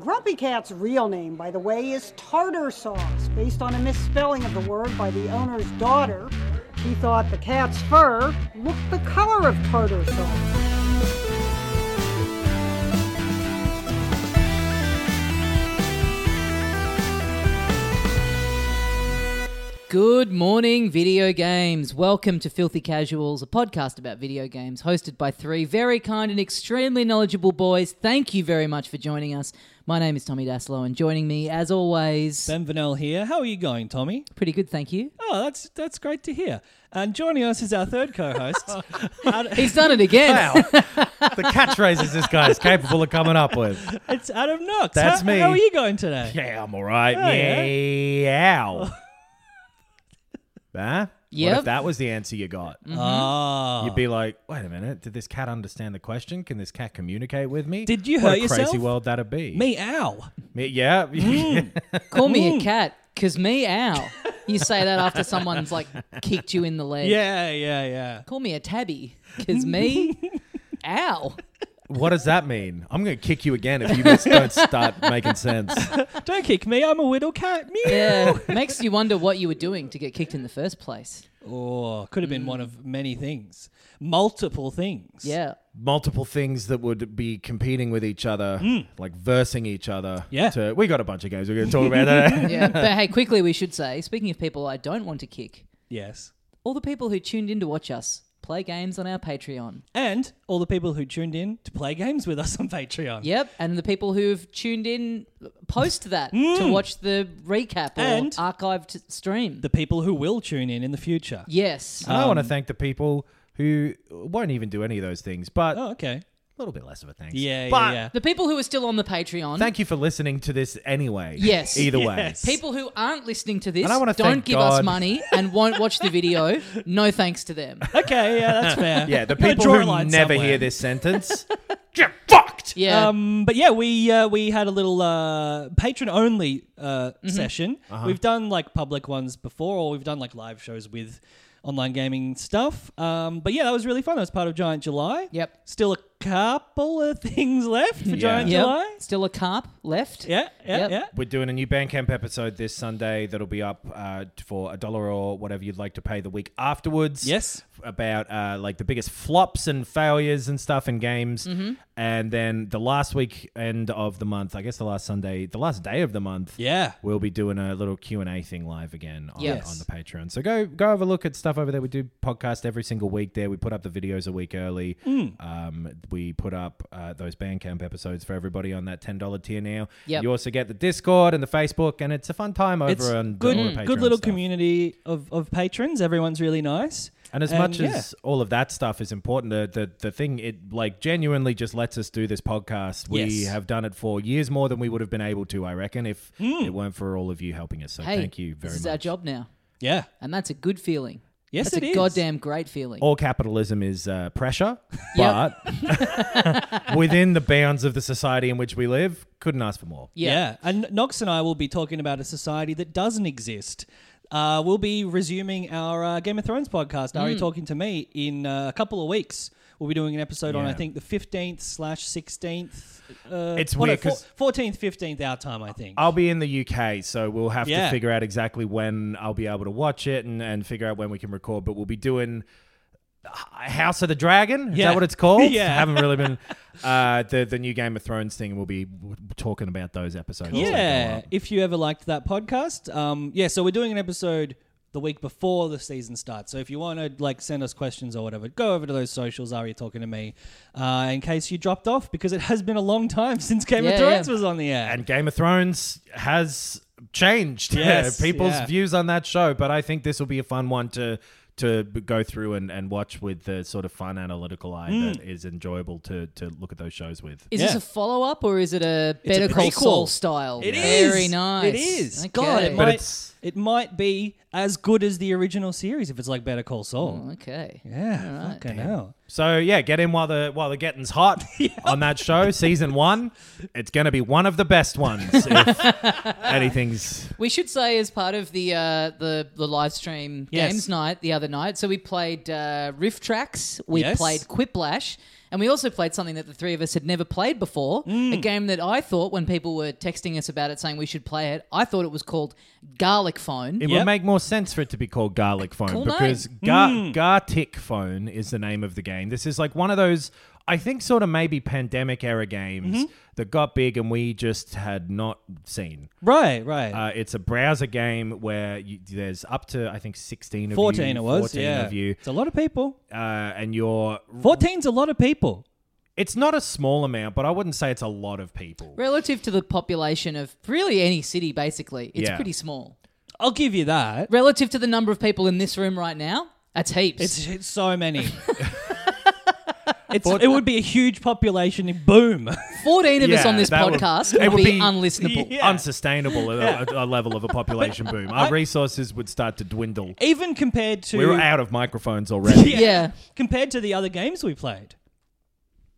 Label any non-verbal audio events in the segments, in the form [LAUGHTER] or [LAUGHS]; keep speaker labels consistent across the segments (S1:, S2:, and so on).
S1: Grumpy Cat's real name, by the way, is Tartar Sauce, based on a misspelling of the word by the owner's daughter. She thought the cat's fur looked the color of tartar sauce.
S2: Good morning, video games. Welcome to Filthy Casuals, a podcast about video games hosted by three very kind and extremely knowledgeable boys. Thank you very much for joining us. My name is Tommy Daslow, and joining me, as always,
S3: Ben Vanel here. How are you going, Tommy?
S2: pretty good, thank you.
S3: Oh, that's that's great to hear. And joining us is our third co-host. [LAUGHS] Ad-
S2: He's done it again.
S4: Wow. the catchphrases this guy is capable of coming up with.
S3: it's Adam Knox.
S4: That's
S3: how,
S4: me.
S3: How are you going today?
S4: Yeah, I'm all right.
S3: Oh, yeah. [LAUGHS]
S4: Meow. Huh? What
S2: Yep.
S4: if that was the answer you got?
S3: Oh.
S4: You'd be like, wait a minute, did this cat understand the question? Can this cat communicate with me?
S3: Did you
S4: what
S3: hurt
S4: a crazy
S3: yourself?
S4: world that'd be.
S3: me, Mm. Al.
S4: Me- yeah. [LAUGHS]
S2: Call me a cat, cause me ow. You say that after someone's like kicked you in the leg.
S3: Yeah, yeah, yeah.
S2: Call me a tabby, cause
S3: [LAUGHS]
S2: me ow.
S4: what does that mean? I'm going to kick you again if you just don't start making
S3: [LAUGHS]
S4: sense.
S3: Don't kick me. I'm a little cat. Meow.
S2: Yeah, makes you wonder what you were doing to get kicked in the first place.
S3: [LAUGHS] Oh, could have been one of many things. Multiple things.
S2: Yeah.
S4: Multiple things that would be competing with each other, like versing each other.
S3: Mm. Yeah.
S4: to- we got a bunch of games we're going to talk about
S3: [LAUGHS]
S4: today.
S2: Yeah. But hey, quickly, we should say speaking of people I don't want to kick,
S3: Yes.
S2: all the people who tuned in to watch us play games on our Patreon.
S3: And all the people who tuned in to play games with us [LAUGHS] on Patreon.
S2: Yep. And the people who've tuned in post that to watch the recap or
S3: And-
S2: archived stream.
S3: The people who will tune in in the future.
S2: yes.
S4: And I want to
S3: Um,
S4: thank the people who won't even do any of those things, but
S3: Oh, okay.
S4: a little bit less of a thanks.
S3: Yeah,
S4: but
S3: yeah,
S2: the people who are still on the Patreon.
S4: Thank you for listening to this anyway.
S2: Yes.
S4: Either
S3: [LAUGHS] Yes.
S4: way.
S2: People who aren't listening to this
S4: And I wanna
S2: don't
S4: thank
S2: give us
S4: God.
S2: money and won't watch the video. No thanks to them.
S3: yeah. Okay, yeah, that's fair.
S4: [LAUGHS] Yeah,
S3: [LAUGHS]
S4: the
S3: Gotta
S4: people
S3: draw a
S4: who
S3: line
S4: never
S3: somewhere.
S4: hear
S3: [LAUGHS]
S4: this sentence get fucked.
S2: Yeah.
S3: Um, but yeah, we uh, we had a little uh, patron only uh,
S2: Mm-hmm.
S3: session.
S4: Uh-huh.
S3: We've done like public ones before, or we've done like live shows with online gaming stuff. Um, but yeah, that was really fun. That was part of Giant July.
S2: Yep.
S3: Still a couple of [LAUGHS] things left for Giant
S2: Yep.
S3: July.
S2: Still a carp left.
S3: Yeah, yeah,
S2: Yep.
S3: yeah.
S4: We're doing a new Bandcamp episode this Sunday that'll be up uh, for a dollar or whatever you'd like to pay the week afterwards.
S3: Yes.
S4: About uh, like the biggest flops and failures and stuff in games.
S3: Mm-hmm.
S4: And then the last week end of the month, I guess the last Sunday, the last day of the month.
S3: Yeah.
S4: We'll be doing a little Q and A thing live again on,
S2: Yes.
S4: on the Patreon. So go go have a look at stuff over there. We do podcast every single week there. We put up the videos a week early. Um, we put up uh, those Bandcamp episodes for everybody on that ten dollar tier now.
S2: Yep.
S4: You also get the Discord and the Facebook, and it's a fun time over
S3: It's
S4: on
S3: good,
S4: all the Patreon
S3: good little
S4: stuff.
S3: community of, of patrons. Everyone's really nice.
S4: And as much
S3: yeah.
S4: as all of that stuff is important, the, the the thing it like genuinely just lets us do this podcast. We
S3: Yes.
S4: have done it for years more than we would have been able to, I reckon, if it weren't for all of you helping us. So
S2: Hey,
S4: thank you very
S2: This is
S4: much.
S2: our job now.
S3: yeah,
S2: And that's a good feeling.
S3: Yes,
S2: that's
S3: it
S2: a
S3: is.
S2: goddamn great feeling.
S4: all capitalism is uh, pressure,
S2: Yeah.
S3: [LAUGHS]
S4: but within the bounds of the society in which we live, couldn't ask for more.
S3: yeah,
S2: yeah.
S3: And Knox and I will be talking about a society that doesn't exist. Uh, we'll be resuming our uh, Game of Thrones podcast. Are you talking to me in uh, a couple of weeks? We'll be doing an episode on I
S4: Yeah.
S3: think the fifteenth slash sixteenth. Uh,
S4: It's
S3: well, no,
S4: weird 'cause-
S3: fourteenth, fifteenth our time. I think.
S4: I'll be in the UK, so we'll have
S3: Yeah.
S4: to figure out exactly when I'll be able to watch it and, and figure out when we can record. But we'll be doing uh, House of the Dragon. Is
S3: Yeah.
S4: that what it's
S3: [LAUGHS]
S4: called?
S3: Yeah.
S4: I haven't really been uh, the the new Game of Thrones thing. and We'll be w- talking about those episodes. as they go
S3: Yeah,
S4: up.
S3: if you ever liked that podcast, um, yeah. So we're doing an episode the week before the season starts. So if you want to like send us questions or whatever, go over to those socials. Are you talking to me? Uh, in case you dropped off, because it has been a long time [LAUGHS] since Game
S2: Yeah,
S3: of Thrones
S2: yeah.
S3: was on the air.
S4: And Game of Thrones has changed
S3: Yes,
S4: people's
S3: yeah.
S4: views on that show, but I think this will be a fun one to to b- go through and, and watch with the sort of fun analytical eye that is enjoyable to, to look at those shows with.
S2: Is
S3: Yeah.
S2: this a follow up or is it a Better Call
S3: prequel.
S2: Saul style?
S3: It is
S2: Very nice.
S3: It is.
S2: Okay.
S3: God, it
S4: But
S3: might,
S4: it's-
S3: it might be as good as the original series if it's like Better Call Saul.
S2: Okay.
S3: Yeah, fucking hell.
S4: So yeah, get in while the while the getting's hot on that show, season one. It's gonna be one of the best ones. if anything's
S2: We should say as part of the uh, the the live stream
S3: Yes.
S2: games night the other night. So we played uh, riff tracks. We
S3: Yes.
S2: played Quiplash. And we also played something that the three of us had never played before.
S3: Mm.
S2: A game that I thought, when people were texting us about it saying we should play it, I thought it was called Garlic Phone.
S4: it
S3: Yep.
S4: would make more sense for it to be called Garlic Phone
S2: Cool
S4: because gar-
S3: Hmm.
S4: Gartic Phone is the name of the game. This is like one of those I think sort of maybe pandemic era games
S3: Mm-hmm.
S4: that got big and we just had not seen.
S3: Right, right.
S4: Uh, it's a browser game where you, there's up to I think 16 of
S3: 14
S4: you,
S3: it was.
S4: 14
S3: yeah.
S4: of you,
S3: It's a lot of people.
S4: uh, and you're
S3: 14's a lot of people.
S4: It's not a small amount, but I wouldn't say it's a lot of people.
S2: Relative to the population of really any city, basically, it's
S4: Yeah.
S2: pretty small.
S3: I'll give you that.
S2: Relative to the number of people in this room right now, that's heaps.
S3: It's, it's so many. it's, it would be a huge population boom.
S2: 14 of us
S4: Yeah,
S2: on this
S4: that would-
S2: podcast
S4: it
S2: would,
S4: would
S2: be,
S4: be-
S2: unlistenable.
S3: [LAUGHS] Yeah.
S4: Unsustainable at a, a level of a population boom. Our resources would start to dwindle.
S3: Even compared to
S4: We were
S3: [LAUGHS]
S4: out of microphones already.
S2: Yeah.
S3: compared to the other games we played.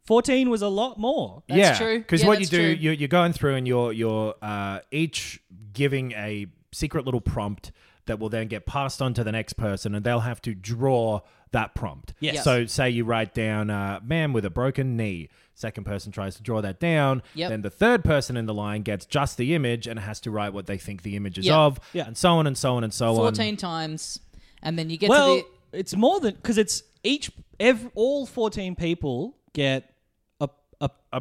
S3: 14 was a lot more.
S2: That's
S4: [LAUGHS] yeah,
S2: true.
S4: Because
S2: Yeah,
S4: what you
S2: that's
S4: do,
S2: true.
S4: you're, you're going through and you're you're uh, each giving a secret little prompt that will then get passed on to the next person, and they'll have to draw that prompt.
S3: Yes. Yes.
S4: So say you write down uh, man with a broken knee. Second person tries to draw that down.
S2: Yep.
S4: Then the third person in the line gets just the image and has to write what they think the image is
S2: Yep.
S4: of,
S3: Yeah.
S4: and so on and so on and so on.
S2: 14 times, and then you get
S3: well,
S2: to
S3: it's more than because it's each ev all 14 people get a, a,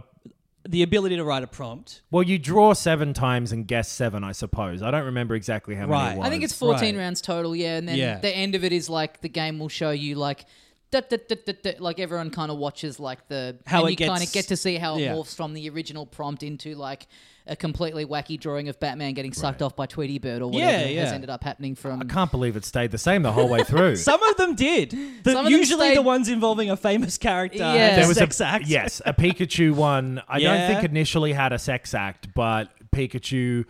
S3: the ability to write a prompt.
S4: Well, you draw seven times and guess seven, I suppose. I don't remember exactly how many.
S3: Right.
S4: It
S2: the.
S4: was.
S2: I think it's 14
S3: Right.
S2: rounds total, yeah. And then
S3: Yeah.
S2: the end of it is like the game will show you, like, da, da, da, da, da, like everyone kind of watches, like, the.
S3: How
S2: and
S3: it
S2: you kind of get
S3: gets-
S2: to see how it
S3: yeah.
S2: morphs from the original prompt into, like, a completely wacky drawing of Batman getting sucked off by Tweety Bird or whatever
S3: Yeah,
S2: has
S3: yeah.
S2: ended up happening from.
S4: I can't believe it stayed the same the whole way
S3: [LAUGHS]
S4: through.
S3: Some of them did. The,
S2: Some of them
S3: usually
S2: stayed-
S3: the ones involving a famous character.
S2: Yeah.
S3: Yeah.
S2: There
S3: There
S4: was
S3: was sex
S4: a,
S3: act.
S4: Yes, a Pikachu one. I
S3: Yeah.
S4: don't think initially had a sex act, but Pikachu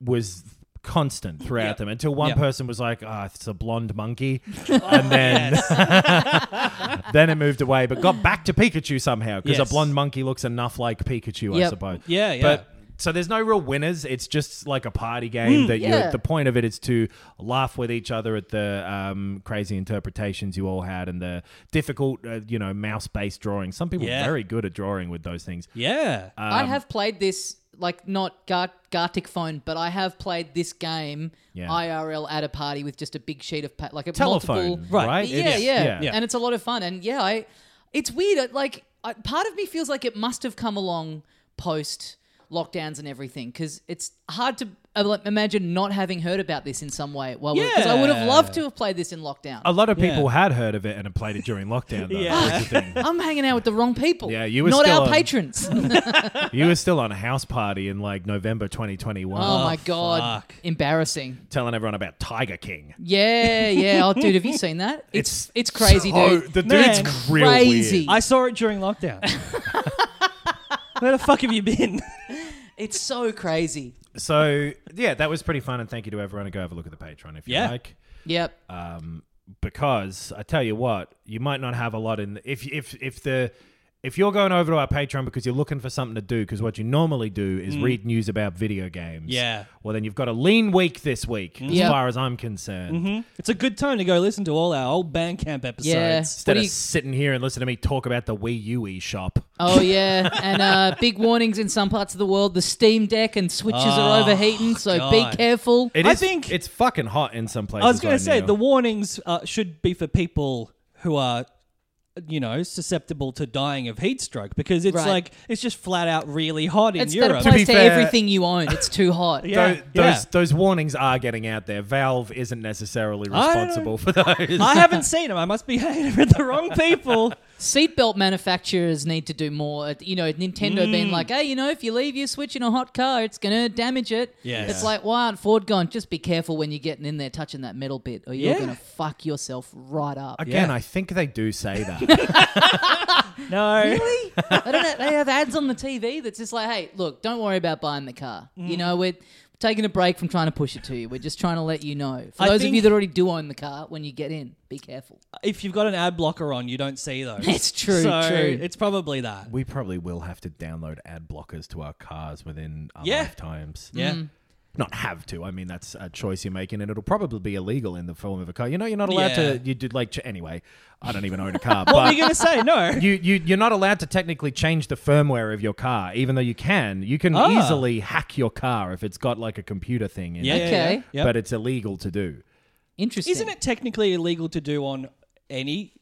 S4: was constant throughout
S3: Yep.
S4: them until one
S3: Yep.
S4: person was like, "Ah, it's a
S3: [LAUGHS]
S4: blonde monkey," and then [LAUGHS] then it moved away, but got back to Pikachu somehow because
S3: Yes.
S4: a blonde monkey looks enough like Pikachu, I
S2: Yep.
S4: suppose.
S3: Yeah, yeah.
S4: But so there's no real winners. It's just like a party game that
S2: Hmm, yeah.
S4: you the point of it is to laugh with each other at the um, crazy interpretations you all had and the difficult, uh, you know, mouse-based drawing. Some people
S3: Yeah.
S4: are very good at drawing with those things.
S3: Yeah.
S2: I
S4: Um,
S2: have played this, like not Gar- Gartic phone, but I have played this game
S4: Yeah.
S2: IRL at a party with just a big sheet of pa- like a
S4: Telephone,
S2: multiple,
S4: right? Right.
S2: Yeah,
S4: It's-
S2: yeah,
S4: yeah.
S2: and it's a lot of fun. And yeah, I, it's weird. it- Like I, part of me feels like it must have come along post lockdowns and everything because it's hard to uh, like, imagine not having heard about this in some way. Well, because I would have
S3: Yeah.
S2: loved to have played this in lockdown.
S4: A lot of people had heard of it and had played it during lockdown.
S3: [LAUGHS]
S4: Though,
S3: Yeah.
S4: yeah.
S2: I'm hanging out with the wrong people.
S4: Yeah, you were
S2: not
S4: still
S2: our
S4: on-
S2: patrons. [LAUGHS]
S4: you were still on a house party in like November 2021,
S2: oh my god,
S3: fuck.
S2: embarrassing.
S4: telling everyone about Tiger King.
S2: Yeah, yeah. Oh, dude, have you seen that? It's it's, crazy,
S4: so-
S2: dude.
S4: The
S3: Man.
S4: dude's real
S2: Crazy.
S4: weird.
S3: I saw it
S2: [LAUGHS]
S3: during lockdown. Where the fuck have you been? [LAUGHS]
S2: It's so crazy.
S4: So yeah, that was pretty fun, and thank you to everyone. And go have a look at the Patreon if you
S3: Yeah.
S4: like.
S2: Yep.
S4: because I tell you what, you might not have a lot in if if if the if you're going over to our Patreon because you're looking for something to do, because what you normally do is read news about video games.
S3: Mm. Yeah.
S4: Well, then you've got a lean week this week, as
S2: Yeah.
S4: far as I'm concerned.
S3: It's a good time to go listen to all our old Bandcamp episodes.
S2: Yeah. What
S4: Instead
S2: do
S4: of
S2: you-
S4: sitting here and listening to me talk about the Wii U eShop.
S2: oh yeah, and uh, big warnings in some parts of the world. The Steam Deck and switches are
S3: Oh,
S2: overheating, so
S3: God.
S2: be careful.
S4: It
S3: I
S4: is-
S3: think-
S4: it's fucking hot in some places.
S3: I was going
S4: right
S3: to say
S4: now.
S3: the warnings uh, should be for people who are, you know, susceptible to dying of heat stroke because it's
S2: Right.
S3: like it's just flat out really hot in
S2: It's that
S3: Europe. [LAUGHS]
S2: applies
S4: be
S2: to,
S4: fair-
S2: everything you own. It's too hot.
S4: Tho-
S3: Yeah,
S4: those
S3: yeah.
S4: those warnings are getting out there. Valve isn't necessarily
S3: [LAUGHS] I don't-
S4: responsible for
S2: [LAUGHS]
S3: [LAUGHS]
S4: those.
S3: I haven't seen them. I must be hanging with the wrong people.
S2: Seatbelt manufacturers need to do more. Uh, You know, Nintendo being like, hey, you know, if you leave your Switch in a hot car, it's going to damage it.
S3: Yes.
S2: It's like, why aren't Ford gone? Just be careful when you're getting in there touching that metal bit or you're
S3: Yeah.
S2: going to fuck yourself right up.
S4: Again,
S3: Yeah.
S4: I think they do
S3: [LAUGHS]
S4: say that.
S3: No.
S2: [LAUGHS] I don't know. They have ads on the TV that's just like, hey, look, don't worry about buying the car.
S3: Mm.
S2: You know, we're taking a break from trying to push it to you. We're just trying to let you know. For
S3: I
S2: those of
S3: think-
S2: you that already do own the car, when you get in, be careful.
S3: If you've got an ad blocker on, you don't see those.
S2: It's true,
S3: So
S2: true.
S3: It's probably that.
S4: we probably will have to download ad blockers to our cars within our
S3: Yeah.
S4: lifetimes.
S3: Yeah.
S2: Mm.
S4: Not have to. I mean, that's a choice you're making, and it'll probably be illegal in the form of a car. You know, you're not allowed
S3: Yeah.
S4: to. You did like ch- anyway. I don't even own
S3: [LAUGHS]
S4: a car.
S3: What were
S4: but
S3: you going to
S2: [LAUGHS]
S3: say? No.
S4: you, you you're not allowed to technically change the firmware of your car, even though you can. You can
S3: Ah.
S4: easily hack your car if it's got like a computer thing in
S3: Yeah,
S4: it.
S3: yeah,
S2: Okay.
S3: yeah. Yep.
S4: But it's illegal to do.
S2: Interesting.
S3: Isn't it technically illegal to do on any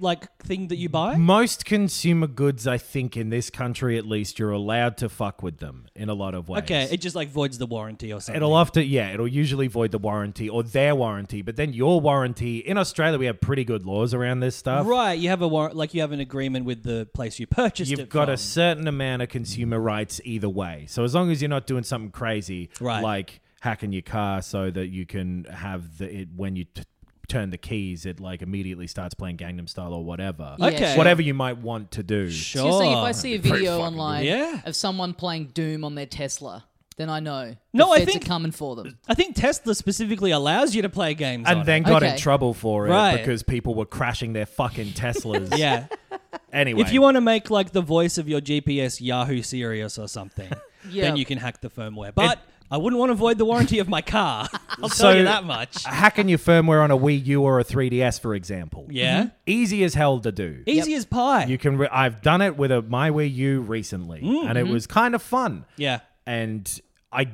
S3: like thing that you buy?
S4: Most consumer goods, I think, in this country at least, you're allowed to fuck with them in a lot of ways.
S3: Okay, it just like voids the warranty or something.
S4: It'll often, yeah, it'll usually void the warranty or their warranty, but then your warranty. In Australia, we have pretty good laws around this stuff.
S3: right, you have a warrant, like you have an agreement with the place you purchased
S4: You've
S3: it
S4: got
S3: from.
S4: a certain amount of consumer rights either way. So as long as you're not doing something crazy,
S3: Right.
S4: like hacking your car so that you can have the it when you t- turn the keys, it like immediately starts playing Gangnam Style or whatever.
S2: Yeah,
S3: Okay.
S2: sure.
S4: Whatever you might want to do.
S2: So you're saying if I see a video
S4: fucking
S2: online
S3: good. Yeah.
S2: of someone playing Doom on their Tesla, then I know.
S3: No,
S2: the
S3: I
S2: feds
S3: think-
S2: are coming for them.
S3: I think Tesla specifically allows you to play games on
S4: And
S3: it.
S4: then got in
S2: Okay.
S4: trouble for it
S3: Right.
S4: because people were crashing their fucking
S3: [LAUGHS]
S4: Teslas. [LAUGHS]
S3: Yeah.
S4: Anyway,
S3: if you want to make like the voice of your GPS Yahoo Sirius or something,
S2: [LAUGHS] Yeah.
S3: then you can hack the firmware. But I wouldn't want to void the warranty of my car. [LAUGHS] I'll
S4: So-
S3: tell you that much.
S4: hacking your firmware on a Wii U or a 3DS, for example.
S3: Yeah.
S2: Mm-hmm.
S3: E-
S4: Easy as hell to do.
S3: Easy as pie.
S4: You can. Re- I've done it with a my Wii U recently, and it was kind of fun.
S3: Mm, mm-hmm. yeah.
S4: And I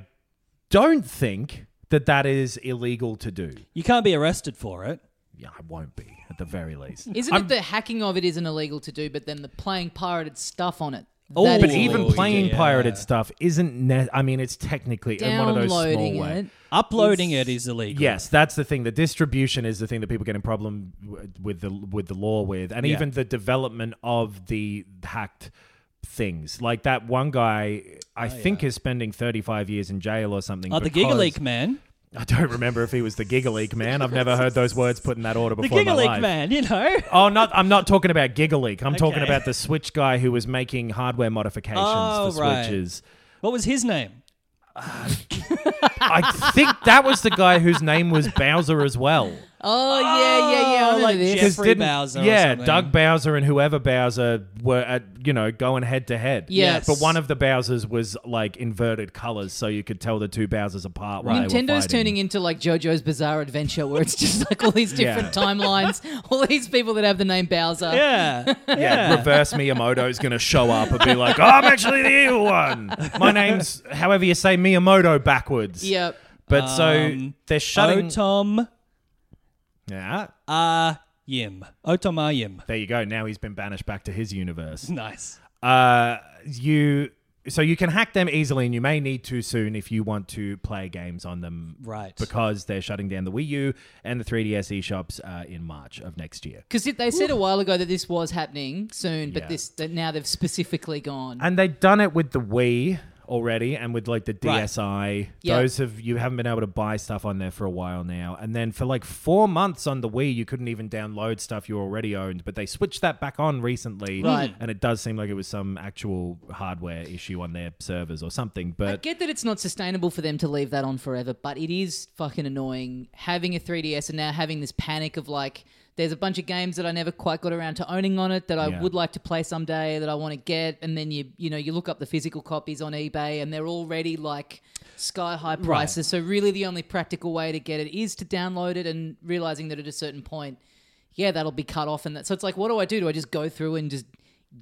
S4: don't think that that is illegal to do.
S3: You can't be arrested for it.
S4: Yeah, I won't be at the very least.
S2: Isn't it the hacking of it isn't illegal to do, but then the playing pirated stuff on it?
S3: Oh,
S2: that
S4: But
S2: is
S3: Ooh,
S4: even
S2: illegal to
S4: playing
S2: do.
S3: yeah.
S4: pirated stuff isn't. Ne- I mean, it's technically in one of those small
S2: downloading
S4: ways.
S2: it.
S3: Uploading it is illegal.
S4: Yes, that's the thing. The distribution is the thing that people get in problem w- with the with the law with, and
S3: Yeah.
S4: even the development of the hacked things. Like that one guy, I think is spending thirty five years in jail or something.
S3: Oh, the
S4: because-
S3: Gigaleak man.
S4: [LAUGHS] I don't remember if he was the Gigaleak man. I've never heard those words put in that order
S3: The
S4: before in my
S3: Gigaleak
S4: life.
S3: man, you know. [LAUGHS]
S4: Oh, not I'm not talking about Gigaleak. I'm talking
S3: Okay.
S4: about the Switch guy who was making hardware modifications
S3: Oh,
S4: for
S3: right.
S4: Switches.
S3: What was his name?
S4: I think that was the guy whose name was Bowser as well.
S2: Oh, yeah, yeah, yeah. I
S3: Oh,
S2: remember
S3: like
S2: this.
S3: Jeff-
S4: 'Cause
S3: Jeffrey
S4: didn't-
S3: Bowser or
S4: Yeah,
S3: something.
S4: Doug Bowser and whoever Bowser were at you know going head to head.
S2: Yes.
S4: but one of the Bowsers was like inverted colors, so you could tell the two Bowsers apart. While
S2: Nintendo's turning into like JoJo's Bizarre Adventure, where it's just like all these different
S4: Yeah. [LAUGHS]
S2: timelines, all these people that have the name Bowser.
S3: [LAUGHS] Yeah.
S4: Yeah, reverse Miyamoto's going to show up and be like, "Oh, I'm actually the evil one. My name's however you say Miyamoto backwards."
S2: Yep.
S4: But so
S3: Um,
S4: they're shutting.
S3: Otom
S4: yeah,
S3: Yim. Otoma Yim. [LAUGHS]
S4: there you go. Now he's been banished back to his universe.
S3: Nice.
S4: Uh, you so you can hack them easily, and you may need to soon if you want to play games on them.
S3: Right.
S4: Because they're shutting down the Wii U and the 3DS eShops uh, in March of next year.
S2: Because they said a while ago that this was happening soon, but
S4: Yeah.
S2: this that now they've specifically gone.
S4: And they've done it with the Wii already and with like the
S3: Right.
S4: DSi.
S2: Yeah.
S4: Those have you haven't been able to buy stuff on there for a while now. And then for like four months on the Wii, you couldn't even download stuff you already owned, but they switched that back on recently.
S2: Right.
S4: And it does seem like it was some actual hardware issue on their servers or something. But
S2: I get that it's not sustainable for them to leave that on forever, but it is fucking annoying having a 3DS and now having this panic of like, there's a bunch of games that I never quite got around to owning on it that I
S4: Yeah.
S2: would like to play someday that I want to get, and then you you know you look up the physical copies on eBay and they're already like sky high prices. So really, the only practical way to get it is to download it and realizing that at a certain point, yeah, that'll be cut off and that. So it's like, what do I do? Do I just go through and just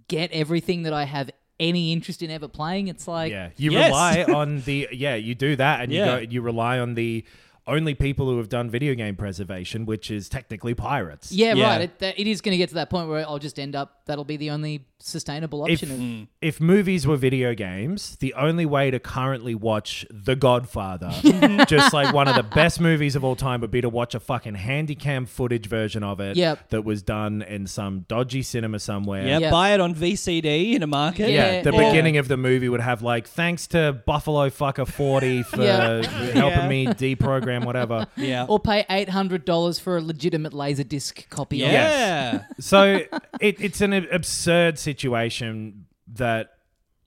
S2: get everything that I have? Any interest in ever playing? It's like,
S4: Yeah, you
S3: Yes.
S4: rely on the yeah. You do that, and
S3: Yeah.
S4: you go, you rely on the only people who have done video game preservation, which is technically pirates.
S2: Yeah,
S3: Yeah.
S2: right. It, that, it is going to get to that point where I'll just end up. That'll be the only sustainable
S4: If,
S2: option. of,
S4: if movies were video games, the only way to currently watch The Godfather,
S2: [LAUGHS]
S4: just like one of the best movies of all time, would be to watch a fucking handycam footage version of it
S2: Yep.
S4: that was done in some dodgy cinema somewhere.
S3: Yeah,
S2: Yeah.
S3: buy it on VCD in a market.
S2: Yeah.
S4: Yeah, the
S2: or-
S4: beginning of the movie would have like, thanks to Buffalo Fucker 40
S2: [LAUGHS]
S4: for
S2: Yeah.
S4: helping
S3: Yeah.
S4: me deprogram whatever.
S3: Yeah.
S2: or pay eight hundred dollars for a legitimate laserdisc copy.
S3: yeah.
S2: of it.
S4: So it, it's an ab- absurd situation that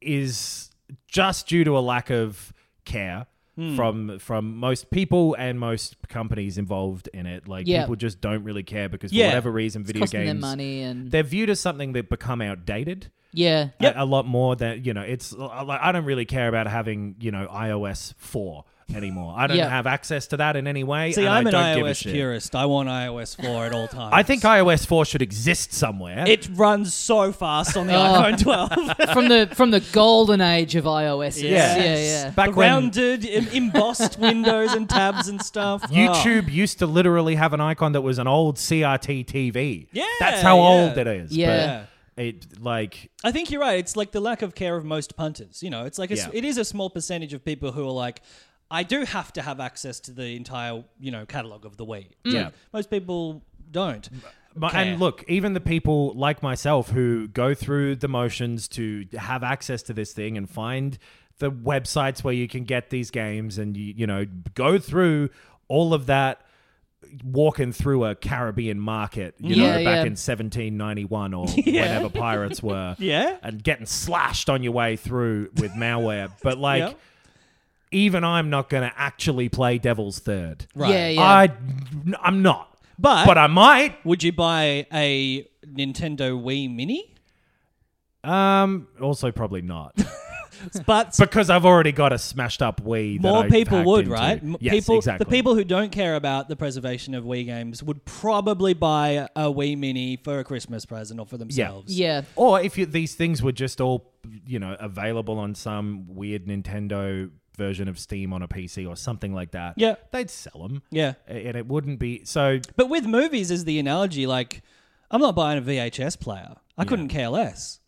S4: is just due to a lack of care from from most people and most companies involved in it. Like
S2: Yeah.
S4: people just don't really care because
S3: Yeah.
S4: for whatever reason, video
S2: costing
S4: games
S2: them money and
S4: they're viewed as something that become outdated.
S2: yeah,
S4: a- a, lot more than you know. It's uh, like I don't really care about having you know iOS four anymore. I don't
S2: Yeah.
S4: have access to that in any way.
S3: See,
S4: and I
S3: I'm an
S4: don't give a
S3: iOS
S4: shit.
S3: purist. I want iOS 4 at all times.
S4: I think iOS four should exist somewhere.
S3: it runs so fast
S2: [LAUGHS]
S3: on the
S2: Oh.
S3: iPhone 12.
S4: [LAUGHS]
S2: from the from the golden age of iOS.
S4: Yeah.
S2: Yeah, yeah,
S4: Back
S3: the
S4: when-
S3: rounded, em-
S4: [LAUGHS]
S3: embossed windows and tabs and stuff.
S4: YouTube used to literally have an icon that was an old CRT TV.
S3: Yeah,
S4: that's how
S3: yeah.
S4: old it is.
S2: Yeah.
S4: but it like
S3: I think you're right. It's like the lack of care of most punters. You know, it's like a, s-
S4: Yeah.
S3: it is a small percentage of people who are like, I do have to have access to the entire you know catalog of the Wii.
S4: Mm. Yeah.
S3: most people don't.
S4: My,
S3: care.
S4: and look, even the people like myself who go through the motions to have access to this thing and find the websites where you can get these games and you, you know go through all of that walking through a Caribbean market, you know,
S2: Yeah,
S4: back
S2: yeah.
S4: in 1791 or whenever pirates were.
S3: Yeah.
S4: And getting slashed on your way through with malware. But like
S3: Yeah.
S4: even I'm not going to actually play Devil's Third.
S2: yeah, yeah, yeah.
S4: I I'm not.
S3: But-
S4: but I might.
S3: Would you buy a Nintendo Wii Mini?
S4: Um. Also, probably not [LAUGHS]
S3: [LAUGHS] But
S4: because I've already got a smashed up Wii. that
S3: more
S4: I've
S3: people
S4: hacked
S3: would,
S4: into.
S3: right? M-
S4: Yes,
S3: people,
S4: exactly.
S3: the people who don't care about the preservation of Wii games would probably buy a Wii Mini for a Christmas present or for themselves.
S2: yeah.
S4: or if you, these things were just all, you know, available on some weird Nintendo version of Steam on a PC or something like that.
S3: Yeah.
S4: they'd sell them.
S3: Yeah.
S4: and it wouldn't be so.
S3: But with movies is the analogy, like I'm not buying a VHS player. I couldn't
S2: [LAUGHS]
S3: care less.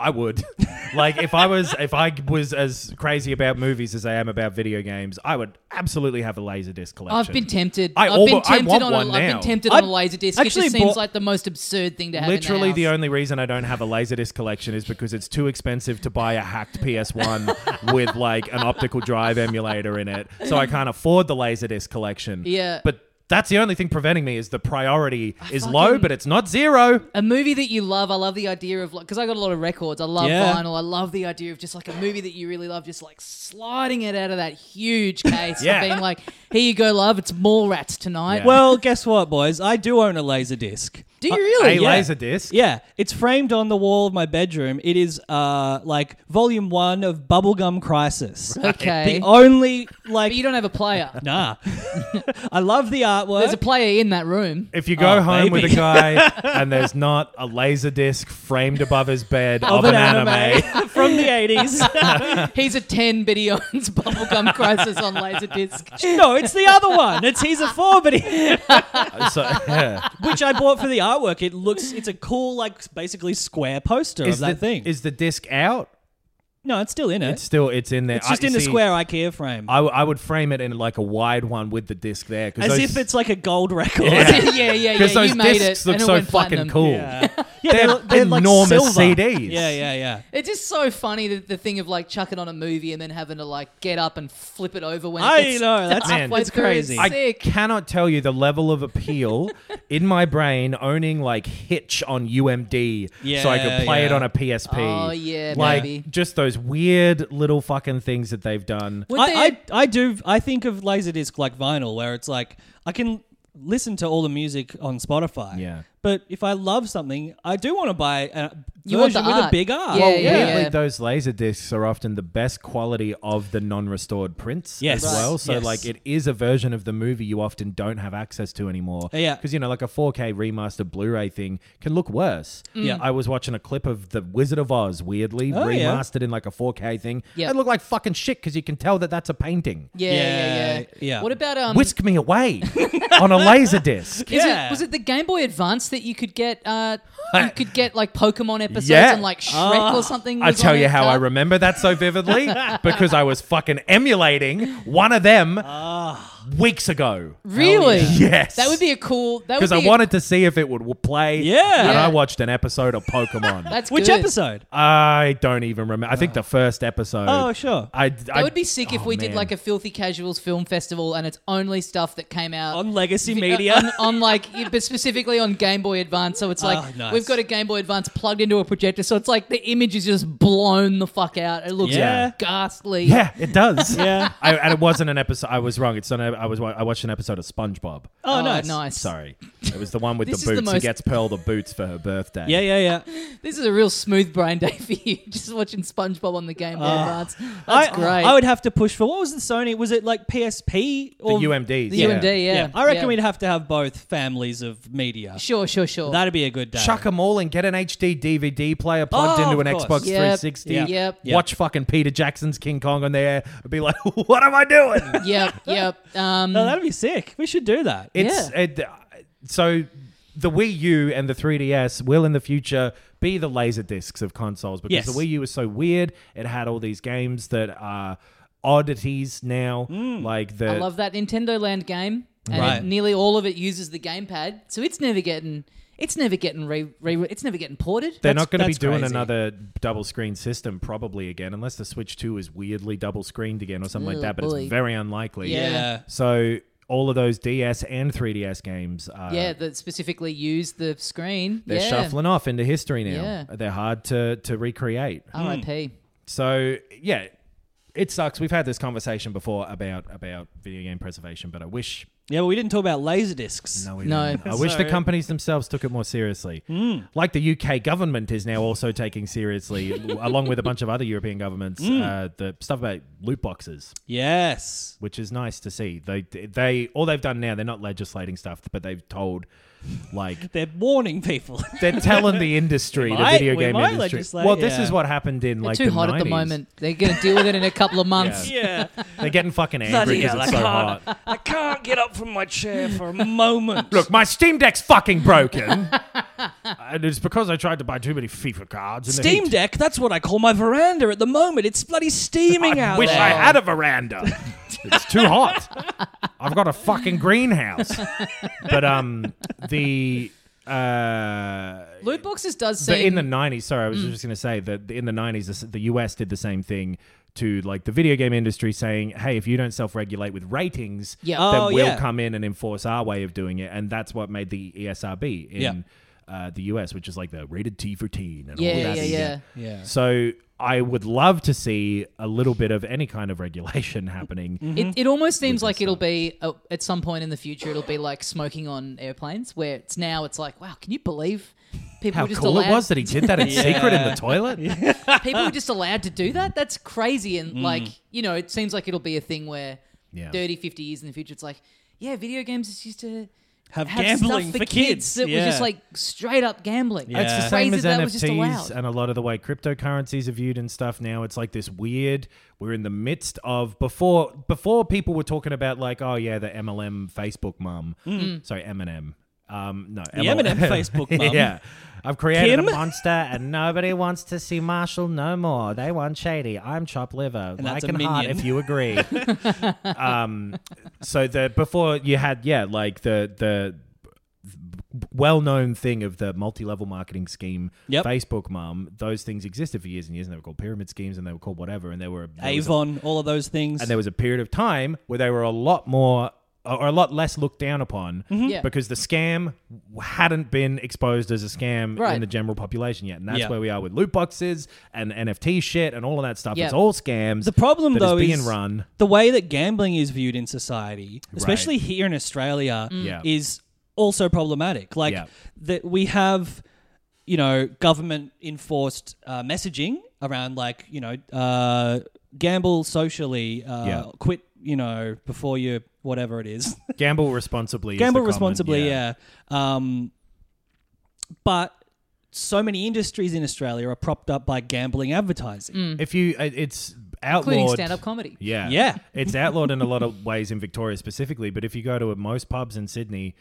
S4: I would. [LAUGHS] like if I was if I was as crazy about movies as I am about video games, I would absolutely have a Laserdisc collection.
S2: I've been tempted.
S4: I
S2: have been
S4: almo- I
S2: tempted
S4: want
S2: on a,
S4: one
S2: I've
S4: now.
S2: been tempted on a
S3: I've
S2: laserdisc. It
S3: actually
S2: just seems
S3: bought-
S2: like the most absurd thing to have.
S4: Literally,
S2: in the,
S4: the
S2: house.
S4: only reason I don't have a Laserdisc collection is because it's too expensive to buy a hacked [LAUGHS] PS1 with like an optical drive emulator in it. So I can't afford the Laserdisc collection.
S2: Yeah.
S4: But that's the only thing preventing me is the priority is low, but it's not zero.
S2: a movie that you love. I love the idea of because I got a lot of records. I love
S3: Yeah.
S2: vinyl. I love the idea of just like a movie that you really love, just like sliding it out of that
S4: [LAUGHS]
S2: huge case
S4: Yeah.
S2: and being like, "Here you go, love. It's more rats tonight."
S4: Yeah.
S3: Well, guess what, boys? I do own a laser disc.
S2: Do you really?
S4: A
S3: yeah.
S4: Laserdisc?
S3: Yeah, it's framed on the wall of my bedroom. It is uh like volume 1 of Bubblegum Crisis.
S2: Okay.
S3: The only like
S2: but you don't have a player. [LAUGHS]
S3: Nah. [LAUGHS] I love the artwork.
S2: There's a player in that room.
S4: If you go
S3: Oh,
S4: home with a
S3: baby. [LAUGHS]
S4: guy and there's not a Laserdisc framed above his bed of, an,
S3: [LAUGHS]
S4: anime,
S3: from the 80s.
S2: [LAUGHS] He's a 10, but he owns [LAUGHS] Bubblegum Crisis on
S4: [LAUGHS]
S2: Laserdisc.
S3: no, it's the other one. It's He's a 4, but he, [LAUGHS]
S4: [LAUGHS] so,
S3: which I bought for the artwork. It looks it's a cool like basically square poster
S4: is
S3: of that
S4: the
S3: thing.
S4: is the disc out?
S3: no, it's still in it.
S4: It's still it's in there.
S3: It's just
S4: I-
S3: in the
S4: see,
S3: square IKEA frame.
S4: I, w- I would frame it in like a wide one with the disc there, 'cause
S3: as
S4: those-
S3: if it's like a gold
S4: [LAUGHS]
S3: record.
S2: [LAUGHS] Yeah, yeah, yeah.
S4: because
S2: yeah,
S4: those
S2: you made
S4: discs
S2: it,
S4: look
S2: and it
S4: so
S2: went
S4: fucking
S2: platinum.
S4: cool.
S3: Yeah,
S4: They're enormous CDs.
S3: Yeah, yeah, yeah.
S2: It's just so funny that the thing of like chucking on a movie and then having to like get up and flip it over when
S3: I
S2: it gets [LAUGHS]
S3: know, that's-
S4: Man,
S2: halfway
S4: it's
S2: through is
S3: crazy.
S4: I
S2: Sick.
S4: cannot tell you the level
S2: [LAUGHS]
S4: of appeal in my brain owning like Hitch on UMD so I
S3: Yeah,
S4: could play it
S3: yeah.
S4: on a PSP.
S2: Oh, yeah,
S4: like
S2: maybe.
S4: just those weird little fucking things that they've done.
S2: Would they-
S3: I, I, I do. I think of Laserdisc like vinyl, where it's like I can listen to all the music on Spotify.
S4: Yeah.
S3: But if I love something, I do want to buy a
S2: You want
S3: version
S2: the
S3: with a
S2: art.
S3: big R.
S2: Yeah, Well, yeah,
S4: Weirdly,
S2: yeah.
S4: those laser discs are often the best quality of the non-restored prints
S3: Yes.
S4: as
S3: Right.
S4: well. So,
S3: Yes.
S4: like, it is a version of the movie you often don't have access to anymore.
S3: Uh, Yeah.
S4: because you know, like a 4K remastered Blu-ray thing can look worse.
S3: Mm. Yeah.
S4: I was watching a clip of the Wizard of Oz, weirdly
S3: Oh, yeah.
S4: remastered in like a 4K thing.
S2: Yeah.
S4: it looked like fucking shit because you can tell that that's a painting.
S2: Yeah, yeah,
S3: Yeah,
S2: yeah,
S3: yeah.
S2: What about um?
S4: Whisk me away [LAUGHS] on a laser disc.
S2: is
S3: Yeah.
S2: it, was it the Game Boy Advance that you could get
S4: [LAUGHS]
S2: uh, you could get like Pokemon episodes
S4: Yeah. Ah,
S2: and like Shrek or something.
S4: I
S2: was
S4: tell
S2: on
S4: you
S2: it.
S4: how I
S2: Uh,
S4: remember that
S2: [LAUGHS]
S4: so vividly because I was fucking emulating one of them weeks ago.
S2: Really?
S4: [LAUGHS] Yes.
S2: Ah. That would be a cool. That would
S4: Because
S2: be
S4: I
S2: a-
S4: wanted to see if it would w- play.
S3: Yeah.
S4: And
S2: Yeah.
S4: I watched an episode of
S2: [LAUGHS]
S4: Pokemon.
S2: That's
S3: Which
S2: good.
S3: episode?
S4: I don't even remember. I think the first episode.
S3: Oh, sure.
S4: I, Oh,
S2: That would be sick if we did like a filthy casuals film festival and it's only stuff that came out
S3: On Legacy
S2: vi-
S3: Media.
S2: uh, on, on like yeah, but specifically on Game Boy Advance. So it's like
S4: Ah,
S3: Oh, nice.
S2: we've got a Game Boy Advance plugged into a projector, so it's like the image is just blown the fuck out. It looks
S3: Yeah.
S2: ghastly.
S4: Yeah,
S2: [LAUGHS]
S4: it does.
S3: Yeah.
S4: I, and it wasn't an episode. I was wrong. It's not. A, I was. wa- I watched an episode of SpongeBob.
S3: [LAUGHS] Oh, nice.
S4: Sorry, it was the one with the
S2: This
S4: boots.
S2: is the
S4: He
S2: most-
S4: gets Pearl the boots for her birthday.
S3: Yeah, yeah, yeah.
S2: This is a real smooth brain day [LAUGHS] for you, just watching SpongeBob on the Game Boy
S4: Ah.
S2: Advance. That's
S3: I,
S2: great.
S3: I would have to push for what was the Sony? Was it like PSP
S4: The
S3: or
S4: UMDs.
S2: the
S4: yeah.
S2: UMD, yeah.
S3: I reckon
S2: yeah.
S3: we'd have to have both families of media.
S2: Sure, sure, sure.
S3: That'd be a good day.
S4: Chuck them all and get an HD DVD player plugged
S3: Oh,
S4: into
S3: of
S4: an
S3: course.
S4: Xbox
S2: Yep,
S4: 360.
S2: yep. Yep.
S4: Watch fucking Peter Jackson's King Kong on there. I'd be like, [LAUGHS] what am
S2: [LAUGHS]
S4: I doing? [LAUGHS]
S2: yep, yep. Um,
S3: No, Oh, that'd be sick. We should do that.
S4: It's it, so the Wii U and the 3DS will in the future be the laser discs of consoles because
S3: Yes.
S4: the Wii U was so weird. It had all these games that are oddities now,
S3: Mm.
S4: like the
S2: I love that Nintendo Land game, and it-
S3: Right.
S2: nearly all of it uses the gamepad, so it's never getting it's never getting re, re it's never getting ported.
S4: They're
S3: That's-
S4: not going to be
S3: that's
S4: doing
S3: crazy.
S4: another double screen system probably again, unless the Switch 2 is weirdly double screened again or something
S2: Ugh,
S4: like that, but
S2: boy.
S4: it's very unlikely.
S2: Yeah.
S4: So all of those DS and 3DS games are
S2: yeah, that specifically use the screen.
S4: they're
S2: yeah.
S4: shuffling off into history
S2: Yeah.
S4: now. They're hard to to recreate.
S2: R.I.P.
S4: So yeah, it sucks. We've had this conversation before about about video game preservation, but I wish
S3: Yeah, but we didn't talk about laser discs.
S4: no, we
S2: No.
S4: didn't. Hmm. I wish the
S3: Sorry.
S4: companies themselves took it more seriously. Like the UK government is now also taking seriously, [LAUGHS] along with a bunch of other European governments, uh, the stuff about loot boxes,
S3: Yes.
S4: which is nice to see. They they all they've done now they're not legislating stuff, but they've told like
S3: They're warning people. [LAUGHS]
S4: They're telling the industry,
S3: We
S4: the
S3: might-
S4: video
S3: we
S4: game
S3: might
S4: industry.
S3: legislate,
S4: Well, this
S3: yeah.
S4: is what happened in
S2: They're
S4: like
S2: too
S4: the
S2: hot
S4: 90s.
S2: at the moment. They're going to deal with it in a couple
S4: [LAUGHS]
S2: of months.
S3: yeah.
S4: They're
S3: [LAUGHS]
S4: getting fucking angry because it's so hot.
S3: I can't get up from my chair for a moment.
S4: [LAUGHS] Look, my Steam Deck's
S3: [LAUGHS]
S4: fucking broken, and it's because I tried to buy too many FIFA cards. in the
S3: Steam
S4: heat.
S3: Deck, that's what I call my veranda at the moment. It's bloody steaming
S4: I
S3: out
S4: wish
S3: there.
S4: I had a veranda. it's too hot. I've got a
S3: [LAUGHS]
S4: fucking greenhouse. But um, the uh,
S2: Loot boxes does
S4: but
S2: seem
S4: in the '90s, sorry, I
S2: Mm.
S4: was just going to say that in the '90s, this- the US did the same thing to like the video game industry, saying, "Hey, if you don't self-regulate with ratings,
S2: Yeah.
S4: then
S3: Oh,
S4: we'll
S3: yeah.
S4: come in and enforce our way of doing it," and that's what made the E ESRB in.
S3: Yeah.
S4: Uh, the US, which is like the rated T for teen and all
S2: yeah,
S4: that.
S2: yeah,
S4: shit.
S2: yeah.
S3: Yeah.
S4: So I would love to see a little bit of any kind of regulation [LAUGHS] happening.
S3: Mm.
S2: It, it almost seems like it'll be uh, at some point in the future. It'll be like smoking on airplanes, where it's now. It's like, wow, can you believe people
S4: How
S2: were just
S4: cool
S2: allowed?
S4: it was that he did that
S3: [LAUGHS]
S4: in secret in the toilet.
S2: people were just allowed to do that that's crazy and like you know it seems like it'll be a thing where
S4: Yeah.
S2: 30 50 years in the future it's like yeah video games just used to
S3: Have
S2: have
S3: gambling
S2: stuff for
S3: for kids.
S2: that was
S3: Yeah.
S2: just like straight up gambling
S3: Yeah.
S4: It's the
S2: Crazy
S4: same as
S2: that that was just
S4: NFTs
S2: allowed.
S4: and a lot of the way cryptocurrencies are viewed and stuff now. It's like this weird. We're in the midst of before before people were talking about like, oh yeah, the MLM Facebook mum. Sorry, Eminem. Um, no, the
S3: M&M Facebook
S4: [LAUGHS]
S3: mum.
S4: yeah, I've created
S3: Kim?
S4: a monster and nobody wants to see Marshall no more. They want shady. I'm chop liver.
S3: And
S4: like
S3: that's a
S4: and heart
S3: minion.
S4: if you agree. um, so the before you had yeah like the the well-known thing of the multi-level marketing scheme
S3: Yep.
S4: facebook mom those things existed for years and years and they were called pyramid schemes and they were called whatever and they were there was a-
S3: Avon, all of those things.
S4: and there was a period of time where they were a lot more or a lot less looked down upon
S3: Mm-hmm.
S2: Yeah.
S4: because the scam hadn't been exposed as a scam
S2: Right.
S4: in the general population yet and that's
S3: Yeah.
S4: where we are with loot boxes and nft shit and all of that stuff
S2: Yeah.
S4: it's all scams
S3: The problem,
S4: that is
S3: though,
S4: being
S3: is
S4: run
S3: the way that gambling is viewed in society, especially here in Australia,
S4: Yeah.
S3: is also problematic. Like
S4: Yeah.
S3: that, we have, you know, government enforced uh, messaging around, like you know, uh, gamble socially, uh,
S4: Yeah.
S3: quit, you know, before you whatever it is,
S4: gamble responsibly is
S3: [LAUGHS]
S4: the
S3: gamble
S4: common-
S3: responsibly. yeah. Um, but so many industries in Australia are propped up by gambling advertising.
S4: if you it- it's outlawed
S2: Mm. including stand-up comedy
S4: Yeah.
S3: Yeah.
S4: It's outlawed in a lot of ways in Victoria specifically, but if you go to most pubs in Sydney,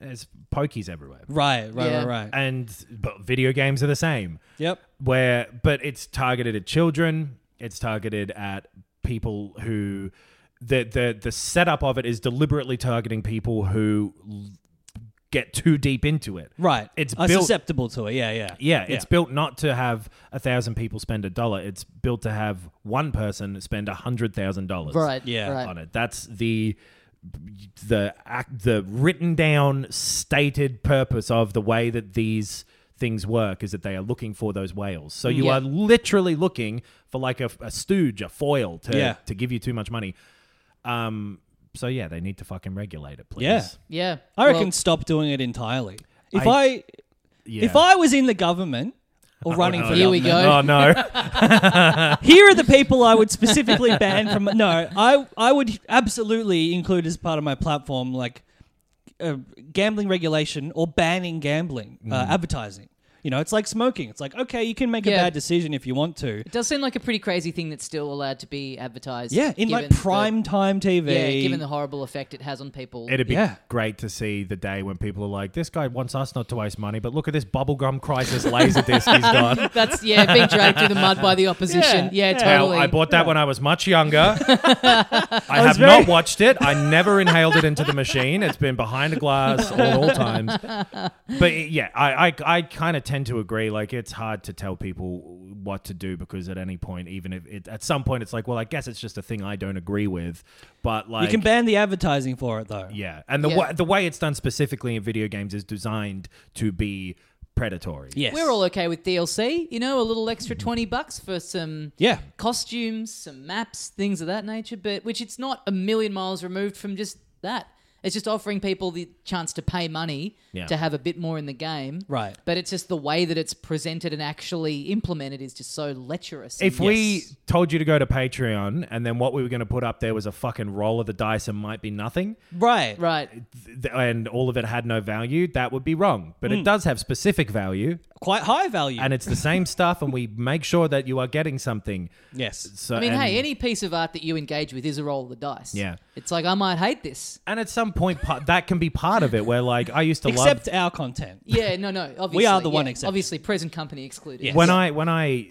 S4: There's pokies everywhere.
S3: Right, right,
S2: Yeah.
S3: right, right.
S4: And but video games are the same.
S3: Yep.
S4: where but it's targeted at children it's targeted at people who the the the setup of it is deliberately targeting people who l- get too deep into it
S3: Right.
S4: It's
S3: Are
S4: built-
S3: susceptible to it. Yeah, yeah.
S4: yeah, it's built not to have a thousand people spend a dollar. It's built to have one person spend a hundred thousand dollars
S2: Right.
S3: Yeah,
S2: Right.
S4: on it. That's the the act, the written down stated purpose of the way that these things work is that they are looking for those whales. So you
S2: Yeah.
S4: are literally looking for like a, a stooge, a foil to
S3: Yeah.
S4: to give you too much money. Um. So yeah, they need to fucking regulate it, please.
S3: Yeah.
S2: Yeah.
S3: I reckon
S2: Well,
S3: stop doing it entirely. If I,
S4: I- Yeah.
S3: if
S2: [LAUGHS]
S3: I was in the government
S4: [LAUGHS]
S3: or running for
S2: Here we
S3: government,
S2: go.
S4: Oh no.
S3: here are the people I would specifically [LAUGHS] ban from. No, I I would absolutely include as part of my platform like uh, gambling regulation or banning gambling uh,
S4: Mm.
S3: advertising. You know, it's like smoking. It's like okay, you can make a
S2: Yeah.
S3: bad decision if you want to.
S2: it does seem like a pretty crazy thing that's still allowed to be advertised.
S3: Yeah, in like
S2: given the-
S3: prime time TV.
S2: yeah, given the horrible effect it has on people.
S4: It'd be
S3: Yeah.
S4: great to see the day when people are like, this guy wants us not to waste money, but look at this bubblegum crisis laser disc
S3: [LAUGHS]
S4: he's got.
S2: That's yeah, being dragged through the mud
S4: [LAUGHS]
S2: by the opposition. Yeah,
S3: Yeah,
S4: Now,
S2: totally.
S4: I bought that when I was much younger.
S3: [LAUGHS]
S4: I, have
S3: very-
S4: not watched it. I never inhaled it into the machine. It's been behind a glass all, at all times. But yeah, I I, I kind of tend to agree. Like it's hard to tell people what to do because at any point, even if it, at some point, it's like, well, I guess it's just a thing I don't agree with. But like,
S3: you can ban the advertising for it though.
S4: yeah, and the
S2: Yeah.
S4: wa- the way it's done specifically in video games is designed to be predatory.
S3: Yes,
S2: We're all okay with DLC, you know, a little extra
S4: Mm.
S2: twenty bucks for some
S3: yeah.
S2: costumes, some maps, things of that nature, but which it's not a million miles removed from just that. It's just offering people the chance to pay money
S4: Yeah.
S2: to have a bit more in the game.
S3: Right.
S2: But it's just the way that it's presented and actually implemented is just so lecherous.
S4: If
S2: and-
S4: we told you to go to Patreon and then what we were going to put up there was a fucking roll of the dice and might be nothing,
S3: Right.
S2: Right.
S4: th- th- and all of it had no value, that would be wrong. But
S2: Hmm.
S4: it does have specific value,
S3: Quite high value.
S4: and it's the
S2: [LAUGHS]
S4: same stuff, and we make sure that you are getting something.
S3: yes.
S4: So
S2: I mean,
S4: and,
S2: hey, any piece of art that you engage with is a roll of the dice.
S4: Yeah.
S2: It's like I might hate this.
S4: and at some point pa- that can be part of it. Where like I
S2: [LAUGHS]
S4: used to love
S3: Except our content.
S2: Yeah, no,
S3: [LAUGHS]
S2: no. Obviously,
S3: are the
S2: yeah.
S3: one exception.
S2: Obviously, present company excluded.
S3: Yes.
S4: when I when I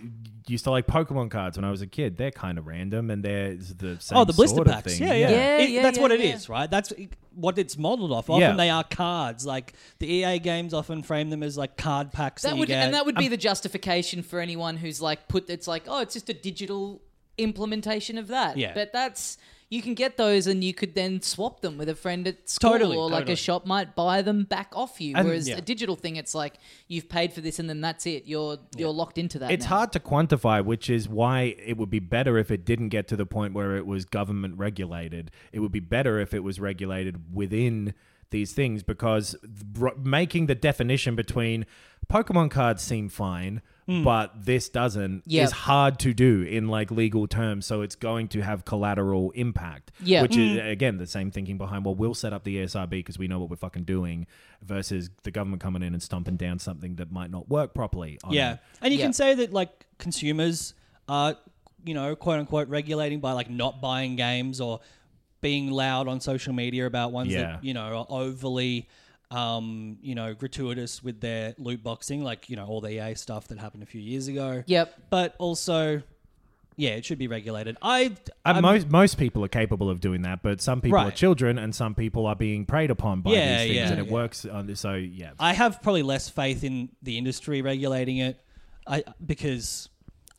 S4: used to like Pokemon cards when I was a kid. They're kind of random, and they're the same
S3: Oh, the blister
S4: sort of
S3: packs.
S4: thing.
S3: Yeah, yeah.
S2: Yeah,
S3: It-
S2: yeah,
S3: that's
S2: yeah,
S3: what it is,
S2: yeah.
S3: right? That's i- what it's modeled off. Often
S4: Yeah.
S3: they are cards. Like the EA games often frame them as like card packs that,
S2: That
S3: you
S2: would
S3: get.
S2: and that would be the justification for anyone who's like put it's like oh it's just a digital implementation of that.
S3: Yeah.
S2: But that's you can get those and you could then swap them with a friend at school
S3: Totally,
S2: or like
S3: totally.
S2: a shop might buy them back off you.
S4: And-
S2: Whereas
S3: Yeah.
S2: a digital thing it's like you've paid for this and then that's it. You're you're locked into that.
S4: It's
S2: now.
S4: hard to quantify, which is why it would be better if it didn't get to the point where it was government regulated. It would be better if it was regulated within these things because r- making the definition between Pokemon cards seem fine, but this doesn't
S2: Yeah.
S4: is hard to do in like legal terms. So it's going to have collateral impact.
S2: Yeah.
S4: Which is, again, the same thinking behind, well, we'll set up the E ESRB because we know what we're fucking doing versus the government coming in and stomping down something that might not work properly. on
S3: yeah,
S4: it.
S3: and you
S2: Yeah.
S3: can say that like consumers are, you know, quote unquote regulating by like not buying games or being loud on social media about ones
S4: Yeah.
S3: that you know are overly. Um, you know, gratuitous with their loot boxing, like you know all the EA stuff that happened a few years ago.
S2: Yep.
S3: But also, yeah, it should be regulated. I,
S4: And most most people are capable of doing that, but some people are
S3: Right.
S4: children, and some people are being preyed upon by
S3: Yeah,
S4: these things,
S3: yeah,
S4: and it
S3: yeah.
S4: works. On, so yeah,
S3: I have probably less faith in the industry regulating it, I because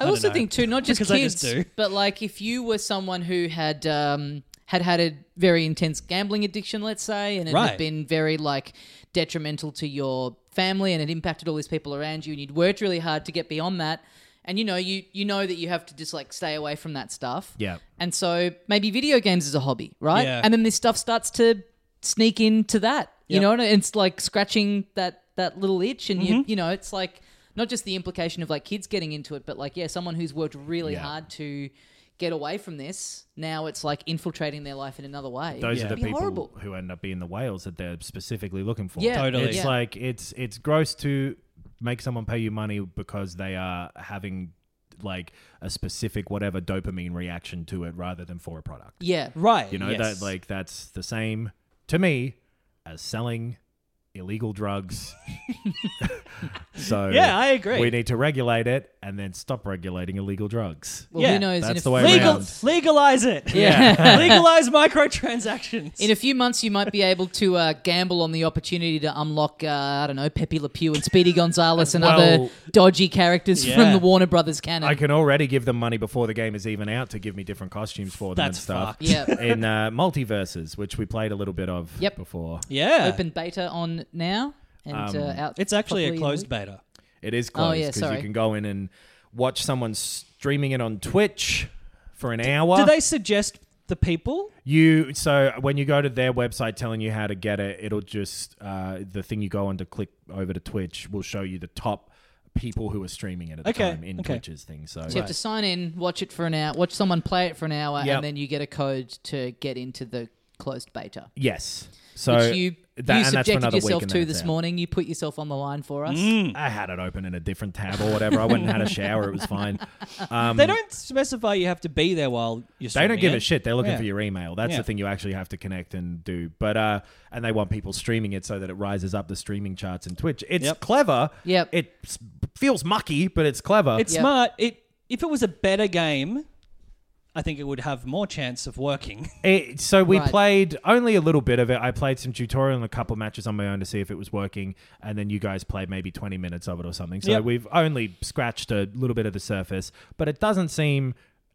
S2: I,
S3: don't
S2: also
S3: know.
S2: think too, not just
S3: Because I
S2: kids,
S3: just do.
S2: but like if you were someone who had um, had had a very intense gambling addiction, let's say, and it had
S3: Right.
S2: been very like detrimental to your family, and it impacted all these people around you, and you'd worked really hard to get beyond that, and you know you you know that you have to just like stay away from that stuff.
S4: Yeah.
S2: And so maybe video games is a hobby, right?
S3: Yeah.
S2: And then this stuff starts to sneak into that. You
S3: Yep.
S2: know, and it's like scratching that that little itch, and
S4: Mm-hmm.
S2: you you know, it's like not just the implication of like kids getting into it, but like yeah, someone who's worked really
S4: Yeah.
S2: hard to get away from this. Now it's like infiltrating their life in another way.
S4: those
S3: Yeah.
S4: are the
S2: It'd be
S4: people
S2: horrible.
S4: who end up being the whales that they're specifically looking for.
S2: Yeah,
S3: Totally.
S4: It's
S2: yeah.
S4: like it's it's gross to make someone pay you money because they are having like a specific whatever dopamine reaction to it, rather than for a product.
S2: yeah.
S3: right,
S4: You know
S3: yes.
S4: that like that's the same to me as selling
S3: [LAUGHS]
S4: illegal drugs. [LAUGHS] so
S3: Yeah, I agree.
S4: We need to regulate it and then stop regulating illegal drugs.
S2: Well,
S3: Yeah,
S2: who knows? in
S4: that's
S2: a
S4: the way
S2: few-
S3: Legal,
S4: around.
S3: legalize it.
S2: Yeah. [LAUGHS]
S3: legalize microtransactions.
S2: In a few months, you might be able to uh, gamble on the opportunity to unlock, uh, I don't know, Pepe Le Pew and Speedy Gonzalez and other
S4: Well-
S2: dodgy characters from
S3: Yeah.
S2: the Warner Brothers canon.
S4: [LAUGHS] I can already give them money before the game is even out to give me different costumes for them
S3: That's
S4: and stuff.
S3: fucked.
S2: Yeah.
S4: In uh, multiverses, which we played a little bit of
S2: Yep.
S4: before.
S3: yeah.
S2: Open beta on now and
S4: Um,
S2: uh, out.
S3: It's actually a
S2: properly in
S3: closed
S2: the-
S3: beta.
S4: It is
S2: Oh,
S4: closed
S2: yeah,
S4: because
S2: sorry.
S4: you can go in and watch someone streaming it on Twitch for an hour.
S2: Uh,
S3: Do they suggest the people?
S4: You so when you go to their website telling you how to get it, it'll just uh, the thing you go on to click over to Twitch will show you the top people who are streaming it at
S3: Okay,
S4: the time in
S3: okay.
S4: Twitch's thing. So,
S2: So you have to sign in, watch it for an hour, watch someone play it for an hour,
S4: Yep.
S2: and then you get a code to get into the closed beta.
S4: yes, so
S2: which you, you
S4: that- and that's for
S2: subjected
S4: another week
S2: yourself
S4: and then
S2: to
S4: it's
S2: this
S4: out. Mm.
S2: morning. You put yourself on the line for us.
S4: I had it open in a different tab or whatever. I went and had a shower. It
S2: [LAUGHS]
S4: was fine.
S3: they don't specify you have to be there while you're.
S4: They don't
S3: streaming
S4: give
S3: it.
S4: a shit. They're looking
S3: Yeah.
S4: for your email. That's
S3: Yeah.
S4: the thing you actually have to connect and do. But uh, and they want people streaming it so that it rises up the streaming charts in Twitch. It's
S3: Yep.
S4: clever.
S2: Yep.
S4: It s- feels mucky, but it's clever.
S3: It's
S2: Yeah.
S3: smart. It if it was a better game, I think it would have more chance of working. [LAUGHS]
S4: It, so we
S2: Right.
S4: played only a little bit of it. I played some tutorial and a couple matches on my own to see if it was working, and then you guys played maybe twenty minutes of it or something. So
S3: Yep.
S4: we've only scratched a little bit of the surface, but it doesn't seem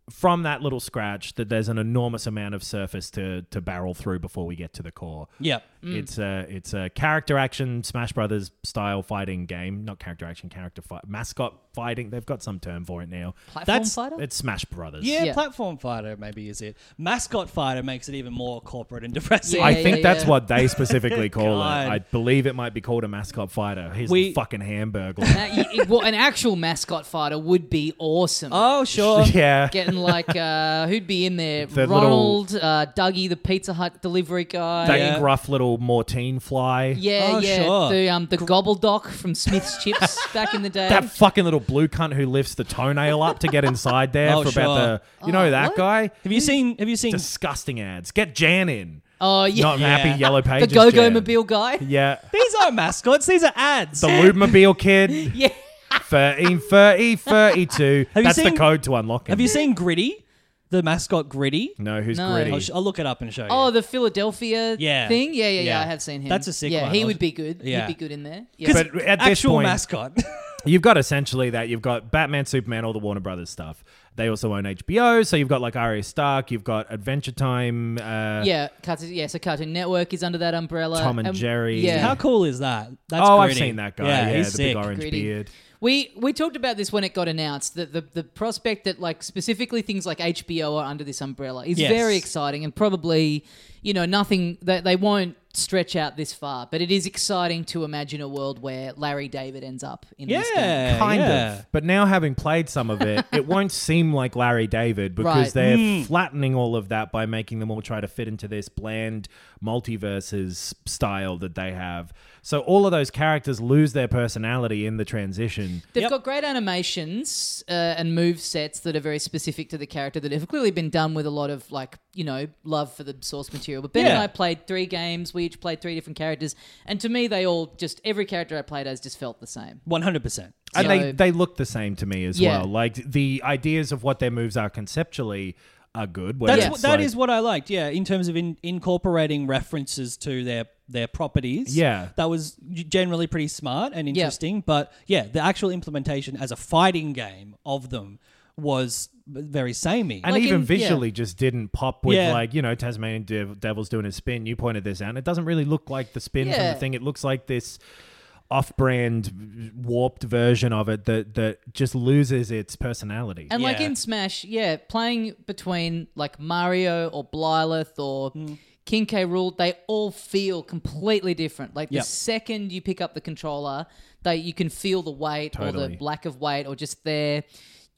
S4: from that little scratch that there's an enormous amount of surface to to barrel through before we get to the core.
S3: yeah.
S4: It's a it's a character action Smash Brothers style fighting game, not character action, character fight, mascot fighting. They've got some term for it now.
S2: Platform
S3: That's-
S2: fighter?
S4: It's Smash Brothers.
S3: yeah,
S2: Yeah.
S3: platform fighter maybe is it. Mascot fighter makes it even more corporate and depressing.
S2: Yeah,
S4: I
S2: yeah,
S4: think that's
S2: yeah.
S4: what
S3: [LAUGHS]
S4: they specifically call it.
S3: God.
S4: I believe it might be called a mascot fighter. He's
S3: We-
S4: a
S3: [LAUGHS]
S4: fucking hamburger.
S2: Now, you- it- well, an actual mascot fighter would be awesome.
S3: oh sure.
S4: [LAUGHS] yeah.
S2: Getting like uh, who'd be in there?
S4: The little-
S2: Ronald, uh, Dougie, the Pizza Hut delivery guy.
S4: That
S3: Yeah.
S4: gruff little Mortine fly.
S2: Yeah,
S3: Oh,
S2: yeah.
S3: sure.
S2: The um the gobble doc from Smith's
S4: [LAUGHS]
S2: Chips back in the day.
S4: That fucking little blue cunt who lifts the toenail up to get inside there
S3: Oh,
S4: for about the. You know that guy?
S3: Have you seen have you seen
S4: Disgusting ads. Get Jan in.
S2: oh yeah.
S4: Not
S3: Yeah. [LAUGHS]
S4: happy yellow
S2: the
S4: pages.
S2: Go Go
S4: Jan.
S2: Mobile guy.
S4: Yeah.
S3: these are mascots, these are ads.
S4: The
S3: [LAUGHS]
S4: Lubemobile kid. yeah. 13, 30, 32.
S3: Have you
S4: That's
S3: seen-
S4: the code to unlock him.
S3: have you seen Gritty? The mascot Gritty?
S4: No, who's
S2: No.
S4: gritty?
S3: I'll, Oh, sh- I'll look it up and show you.
S2: Oh, the Philadelphia
S3: Yeah.
S2: thing. Yeah, yeah, yeah,
S3: Yeah.
S2: I have seen him.
S3: That's a sick
S2: Yeah,
S3: one.
S2: he
S3: I was-
S2: would be good.
S3: Yeah.
S2: He'd be good in there. Yeah.
S3: 'Cause
S4: But at this
S3: actual
S4: point-
S3: mascot. [LAUGHS]
S4: You've got essentially that. You've got Batman, Superman, all the Warner Brothers stuff. They also own HBO, so you've got like Arya Stark, you've got Adventure Time. Uh,
S2: yeah, Cartoon, yeah. So Cartoon Network is under that umbrella. Um,
S4: Tom and Jerry.
S2: Yeah,
S3: How cool is that? That's
S4: oh, I've
S3: Gritty.
S4: seen that guy. Yeah,
S3: he's
S4: the
S3: sick.
S4: big orange
S2: Gritty.
S4: beard.
S2: We we talked about this when it got announced that the, the prospect that like specifically things like HBO are under this umbrella is
S3: Yes.
S2: very exciting and probably you know nothing that they won't stretch out this far, but it is exciting to imagine a world where Larry David ends up in this game.
S3: Yeah,
S4: Kind
S3: yeah.
S4: of. But now having played some of it, it won't seem like Larry David
S2: Right.
S4: because they're flattening all of that by making them all try to fit into this bland multiverses style that they have. So all of those characters lose their personality in the transition.
S2: They've
S3: Yep.
S2: got great animations uh, and move sets that are very specific to the character that have clearly been done with a lot of like you know love for the source material. But Ben and
S3: Yeah.
S2: I played three games. We each played three different characters, and to me, they all just every character I played as just felt the same.
S3: One hundred percent.
S4: and
S2: So-
S4: they they look the same to me as
S2: Yeah.
S4: well. Like the ideas of what their moves are conceptually are good. where
S3: That's
S4: it's
S3: what, that
S4: like-
S3: is what I liked. Yeah, in terms of in, incorporating references to their their properties.
S4: Yeah.
S3: that was g- generally pretty smart and
S2: Yeah.
S3: interesting. But yeah, the actual implementation as a fighting game of them was b- very samey.
S4: and
S2: like
S4: even
S2: in-
S4: visually just didn't pop with
S3: Yeah.
S4: like you know Tasmanian Dev- Devil's doing a spin. You pointed this out. and It doesn't really look like the spin from
S2: Yeah.
S4: the thing. It looks like this off-brand warped version of it that that just loses its personality.
S2: And like
S3: Yeah.
S2: in Smash, yeah, playing between like Mario or Blyleth or
S4: Hmm.
S2: King K. Rule, they all feel completely different. Like
S3: Yep.
S2: the second you pick up the controller, they you can feel the weight or
S4: Totally.
S2: the lack of weight or just their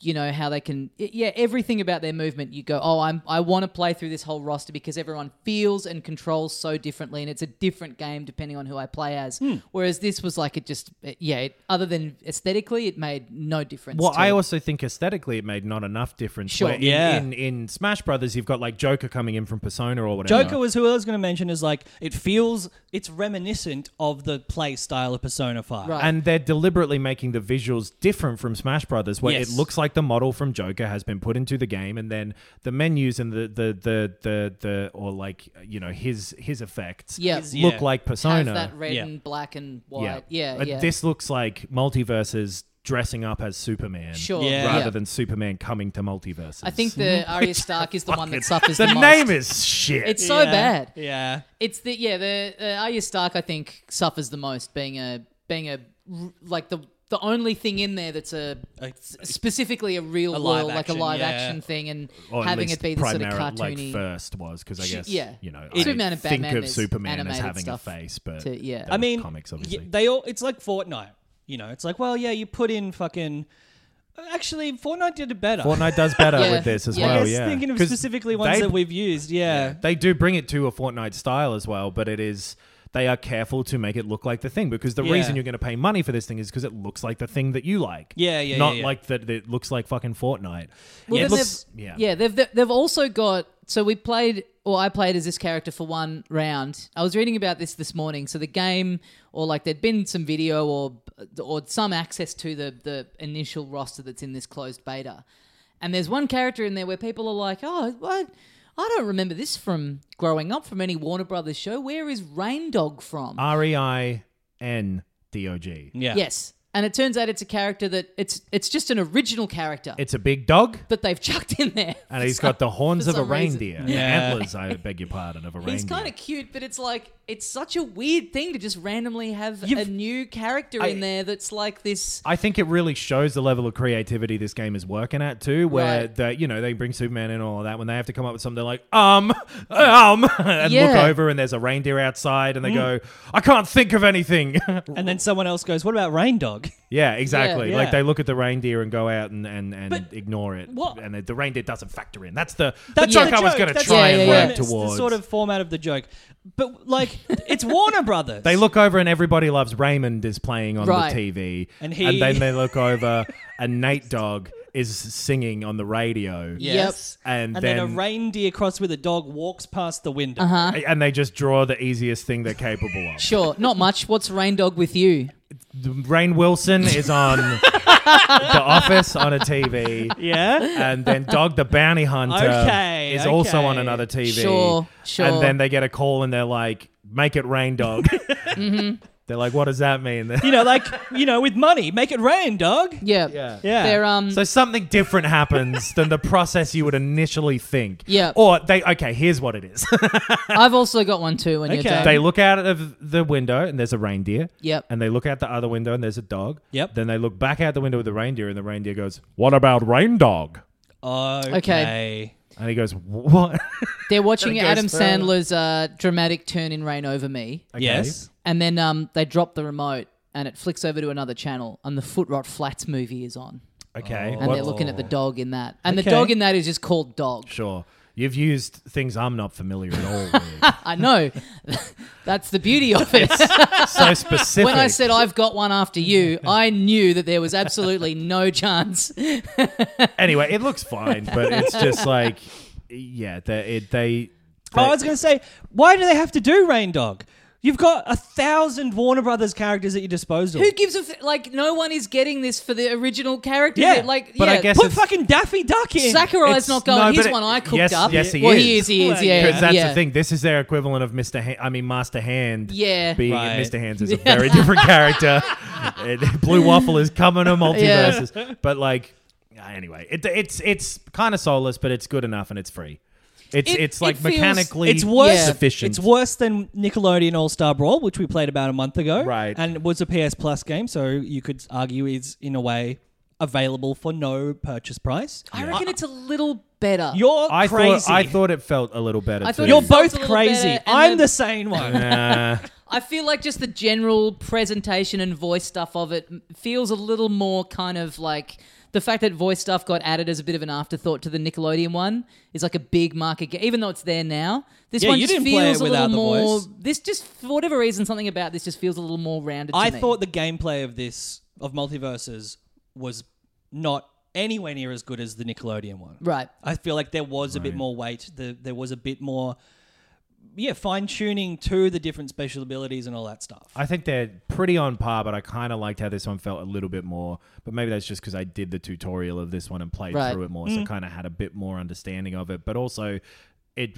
S2: you know how they can i- yeah everything about their movement you go oh I'm, i want to play through this whole roster because everyone feels and controls so differently and it's a different game depending on who i play as
S4: Hmm.
S2: whereas this was like it just it- yeah it, other than aesthetically it made no difference
S4: Well,
S2: to
S4: I
S2: it.
S4: also think aesthetically it made not enough difference.
S2: Sure.
S4: Where in,
S3: Yeah.
S4: in, in Smash Brothers, you've got like Joker coming in from Persona or whatever.
S3: Joker was who I was going to mention is like it feels it's reminiscent of the play style of Persona Five.
S2: Right.
S4: And they're deliberately making the visuals different from Smash Brothers, where
S3: Yes.
S4: it looks like the model from Joker has been put into the game, and then the menus and the the the the, the or like you know his his effects
S2: Yeah.
S4: look
S2: His-
S3: yeah.
S4: like
S2: has
S4: Persona.
S2: that red
S3: Yeah.
S2: and black and white yeah yeah,
S4: But This looks like multiverses dressing up as Superman.
S2: sure
S3: Yeah.
S4: Rather than Superman coming to multiverses.
S2: I think
S4: [LAUGHS]
S2: the Arya Stark is the one that suffers
S4: the
S2: the, most.
S4: name is shit.
S2: It's so
S3: Yeah.
S2: bad.
S3: Yeah.
S2: It's the yeah the uh, Arya Stark I think suffers the most being a being a r- like the the only thing in there that's a,
S3: A-
S2: s- specifically a real
S3: a live
S2: world like a
S3: action,
S2: live
S3: yeah.
S2: action thing and
S4: Or at
S2: having
S4: least
S2: it be the sort of
S4: primar-
S2: cartoony
S4: Like first was because I
S2: Sh-
S4: guess
S2: yeah.
S4: you know
S2: It-
S4: I
S2: Superman and
S4: think
S2: Batman
S4: of
S2: is
S4: Superman as
S2: animated
S4: having a
S2: stuff
S4: face, but
S2: to- yeah.
S4: they
S2: I
S4: were
S3: I mean,
S4: comics
S3: y-
S4: obviously.
S3: they all it's like Fortnite. You know, it's like well, yeah, you put in fucking. Actually, Fortnite did it better.
S4: [LAUGHS] Fortnite does better
S2: Yeah.
S4: with this as
S2: Yeah. I
S4: well.
S3: I guess
S4: yeah,
S3: thinking of
S4: 'Cause
S3: specifically ones
S4: they-
S3: that we've used. Yeah.
S4: they do bring it to a Fortnite style as well, but it is they are careful to make it look like the thing because the
S3: Yeah.
S4: reason you're going to pay money for this thing is because it looks like the thing that you like.
S3: Yeah, yeah,
S4: not
S3: yeah, yeah.
S4: like that. It looks like fucking Fortnite.
S2: Well,
S4: it
S2: then
S4: looks,
S2: they've,
S4: yeah,
S2: They've they've- they've also got. So we played, or I played as this character for one round. I was reading about this this morning. So the game, or like there'd been some video, or or some access to the the initial roster that's in this closed beta. And there's one character in there where people are like, "Oh, what? I don't remember this from growing up from any Warner Brothers show. Where is Rain Dog from?"
S4: R e i n d o g.
S3: Yeah.
S2: Yes, and it turns out it's a character that it's it's just an original character.
S4: It's a big dog.
S2: that they've [LAUGHS] chucked in there. [LAUGHS]
S4: And
S2: for
S4: he's
S2: some-
S4: got the horns
S2: for
S4: of a
S2: some reason.
S4: reindeer.
S3: Yeah.
S4: Antlers, I beg your pardon, of a
S2: He's
S4: reindeer.
S2: kind of cute, but it's like it's such a weird thing to just randomly have a
S3: You've-
S2: new character
S4: I-
S2: in there that's like this.
S4: I think it really shows the level of creativity this game is working at too, where
S2: Right.
S4: they, you know, they bring Superman in and all that. When they have to come up with something, they're like, um, [LAUGHS] um, and look
S2: Yeah. Mm-hmm.
S4: over, and there's a reindeer outside, and they go, I can't think of anything. [LAUGHS]
S3: And then someone else goes, "What about Rain Dog?"
S4: yeah, exactly.
S3: Yeah.
S4: Like they look at the reindeer and go out and and, and
S3: But
S4: ignore it,
S3: what-
S4: and the, the reindeer doesn't factor in. [LAUGHS] That's the
S3: That's
S4: the
S3: the
S4: joke I was
S3: joke.
S4: going to
S3: That's
S4: try
S3: the
S4: and
S2: yeah, yeah.
S4: work
S3: premise,
S4: towards.
S3: the sort of format of the joke. But like, it's Warner Brothers.
S4: They look over and everybody loves Raymond is playing on
S2: Right.
S4: the TV,
S3: And he-
S4: then
S3: [LAUGHS]
S4: they look over and Nate Dog is singing on the radio.
S3: Yes. And
S4: And, then,
S3: then, a reindeer crossed with a dog walks past the window.
S4: and they just draw the easiest thing they're capable of.
S2: Sure, not much. What's Rain Dog with you?
S4: Rain Wilson is on The Office on a TV.
S3: Yeah.
S4: And then Dog the Bounty Hunter
S3: Okay,
S4: is also
S3: okay.
S4: on another TV.
S2: Sure, sure.
S4: And then they get a call and they're like, make it rain, dog.
S2: [LAUGHS] Mm-hmm.
S4: They're like, what does that mean?
S3: [LAUGHS]
S4: [LAUGHS]
S3: You know, like you know, with money, make it rain, dog.
S2: Yeah,
S4: Yeah.
S3: Yeah.
S2: They're um.
S4: So something different happens than the process you would initially think.
S2: Yeah.
S4: Or they okay, here's what it is. [LAUGHS]
S2: I've also got one too. When
S3: Okay.
S2: you're done,
S4: they look out of the window and there's a reindeer.
S2: Yep.
S4: And they look out the other window and there's a dog.
S3: Yep.
S4: Then they look back out the window with the reindeer and the reindeer goes, "What about rain dog?"
S3: Okay.
S4: And he goes, "What?" [LAUGHS]
S2: they're watching
S4: It goes
S2: Adam
S4: through.
S2: Sandler's uh, dramatic turn in Rain Over Me,
S4: Okay.
S3: Yes.
S2: and then um, they drop the remote and it flicks over to another channel, and the Foot Rot Flats movie is on,
S4: Okay.
S2: Oh. and
S4: What-
S2: they're looking at the dog in that, and the
S3: Okay.
S2: dog in that is just called Dog.
S4: [LAUGHS] sure. You've used things I'm not familiar at all with.
S2: I
S4: [LAUGHS]
S2: know. [LAUGHS] That's the beauty of it.
S4: so
S2: [LAUGHS]
S4: specific.
S2: when I said I've got one after
S4: [LAUGHS]
S2: you, I knew that there was absolutely no chance.
S4: anyway, it looks fine, but
S2: [LAUGHS]
S4: it's just like yeah, they it, they
S3: Oh, I was going to say, why do they have to do rain dog? You've got a thousand Warner Brothers characters at your disposal.
S2: Who gives a f- like? No one is getting this for the original character.
S3: Yeah,
S2: like
S4: but
S2: yeah. [LAUGHS]
S4: I guess
S3: Put
S4: it's-
S3: fucking Daffy Duck in.
S2: Sakurai's
S4: It's-
S2: not
S4: no,
S2: going.
S4: but
S2: Here's
S4: it-
S2: one I cooked
S4: yes-
S2: up.
S4: yes, he
S2: well, he
S4: is.
S2: is.
S4: [LAUGHS]
S2: He is.
S3: Well,
S2: Yeah,
S4: Because that's
S2: yeah.
S4: the thing. This is their equivalent of Mr. Hand. I mean, Master Hand.
S2: Yeah.
S4: Being
S3: Right.
S4: Mr. Hands
S2: [LAUGHS]
S4: is a very different character. And Blue Waffle is coming to multiverses. But like, anyway, it, it's it's kind of soulless, but it's good enough and it's free. It's
S2: It-
S4: it's
S2: it
S4: like
S2: feels-
S4: mechanically
S3: It's worse.
S2: Yeah.
S4: sufficient.
S3: It's worse than Nickelodeon All Star Brawl, which we played about a month ago,
S4: Right.
S3: And was a PS Plus game, so you could argue is in a way available for no purchase price.
S2: I reckon it's a little better.
S3: You're
S4: I
S3: crazy.
S4: thought I thought it felt a little better.
S2: I thought
S4: too.
S3: You're
S2: it felt a
S3: both
S2: little
S3: crazy.
S2: better, and
S3: I'm
S2: then-
S3: the sane one.
S4: Nah.
S2: I feel like just the general presentation and voice stuff of it feels a little more kind of like the fact that voice stuff got added as a bit of an afterthought to the Nickelodeon one is like a big market. Ga- even though it's there now, this
S3: Yeah,
S2: one
S3: you
S2: just
S3: didn't
S2: feels
S3: play
S2: a little
S3: it without the
S2: more.
S3: voice.
S2: This just for whatever reason, something about this just feels a little more rounded.
S3: I
S2: to me.
S3: thought the gameplay of this of multiverses was not anywhere near as good as the Nickelodeon one.
S2: right.
S3: I feel like there was a bit more weight. The, there was a bit more, yeah, fine tuning to the different special abilities and all that stuff.
S4: I think they're pretty on par, but I kind of liked how this one felt a little bit more. But maybe that's just because I did the tutorial of this one and played
S2: Right.
S4: through it more, so kind of had a bit more understanding of it. But also, it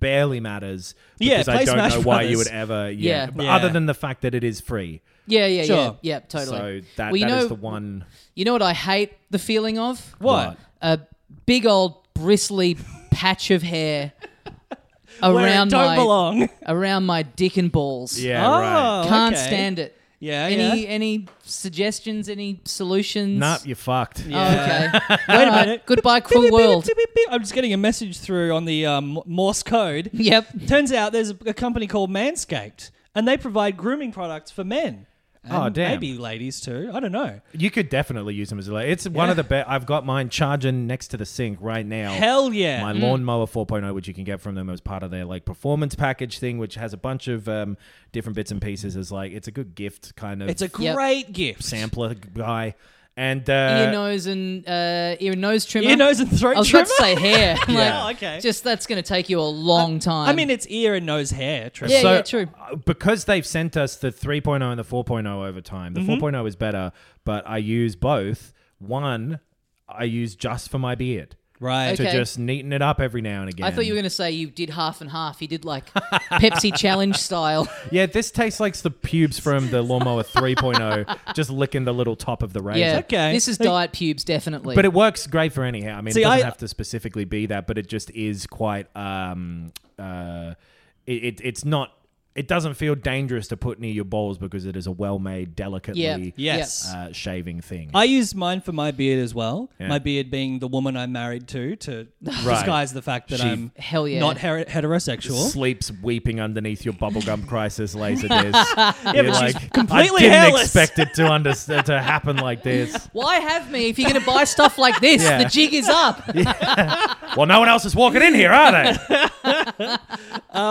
S4: barely matters
S3: Yeah,
S4: because I
S3: play
S4: don't
S3: Smash
S4: know why you
S3: Brothers.
S4: would ever.
S2: Yeah.
S4: Yeah, But
S3: Yeah.
S4: other than the fact that it is free,
S2: Yeah, yeah, yeah,
S3: Sure.
S2: yeah. Totally.
S4: so that that
S2: well,
S4: is
S2: you know,
S4: the one.
S2: You know what I hate the feeling of?
S3: What?
S2: A big old bristly patch of
S3: [LAUGHS]
S2: hair around
S3: Where it don't
S2: my
S3: belong. [LAUGHS]
S2: around my dick and balls.
S4: Yeah, right.
S3: Oh,
S2: Can't
S3: okay.
S2: stand it.
S3: Yeah,
S2: Any
S3: yeah.
S2: any suggestions? Any solutions?
S4: Nah, you're fucked.
S2: Oh, okay.
S3: [LAUGHS] Wait a
S2: Alright,
S3: minute.
S2: Goodbye, cruel world.
S3: I'm just getting a message through on the um, Morse code.
S2: Yep.
S3: Turns out there's a, a company called Manscaped, and they provide grooming products for men.
S4: Oh,
S3: And
S4: damn.
S3: Maybe ladies too. I don't know.
S4: You could definitely use them as a. la- It's one of the best. I've got mine charging next to the sink right
S3: [LAUGHS]
S4: now.
S3: Hell yeah.
S4: Oh,
S2: Mm.
S4: My lawnmower 4.0, which you can get from them as part of their like performance package thing, which has a bunch of um, different bits and pieces. Is like it's a good gift kind of
S3: it's a
S2: Yep.
S3: great gift.
S4: sampler guy, and uh,
S2: ear, nose, and uh, ear, and nose trimmer.
S3: Ear, nose, and throat
S2: I was
S3: trimmer.
S2: about to say
S3: [LAUGHS]
S2: hair. [LAUGHS] Like,
S4: Yeah.
S3: Oh, okay.
S2: Just that's going to take you a long time.
S3: I mean, it's ear and nose hair trimmer.
S2: Yeah,
S4: so
S2: yeah, true.
S4: uh, because they've sent us the 3.0 and the 4.0 over time.
S2: Mm-hmm.
S4: The 4.0 is better, but I use both. One, I use just for my beard.
S3: Right.
S4: To
S2: Okay.
S4: just neaten it up every now and again.
S2: I thought you were going to say you did half and half. You did like
S3: [LAUGHS]
S2: Pepsi challenge style.
S4: Yeah, this tastes like the pubes from the
S2: [LAUGHS]
S4: lawnmower 3.0, just licking the little top of the razor.
S2: Yeah.
S3: Okay.
S2: This is
S3: Like-
S2: diet pubes, definitely.
S4: But it works great for any hair. I mean,
S3: See,
S4: it doesn't
S3: I-
S4: have to specifically be that, but it just is quite. Um, uh, it, it it's not. It doesn't feel dangerous to put near your balls because it is a well-made, delicately
S3: Yes.
S4: uh, shaving thing.
S3: I use mine for my beard as well.
S4: Yeah.
S3: My beard being the woman I'm married to to
S4: Right.
S3: disguise the fact that
S4: She-
S3: I'm
S2: Hell yeah.
S3: not her- heterosexual.
S4: Sleeps weeping underneath your bubblegum crisis
S3: [LAUGHS]
S4: laser disc. yeah,
S3: but she's
S4: I
S3: completely
S4: didn't
S3: hairless."
S4: expect it to, underst- to happen like this.
S2: Why have me if you're going to buy stuff
S4: [LAUGHS]
S2: like this?
S4: Yeah.
S2: The jig is up.
S4: Well, no one else is walking in here,
S3: [LAUGHS]
S4: are they?
S3: Uh,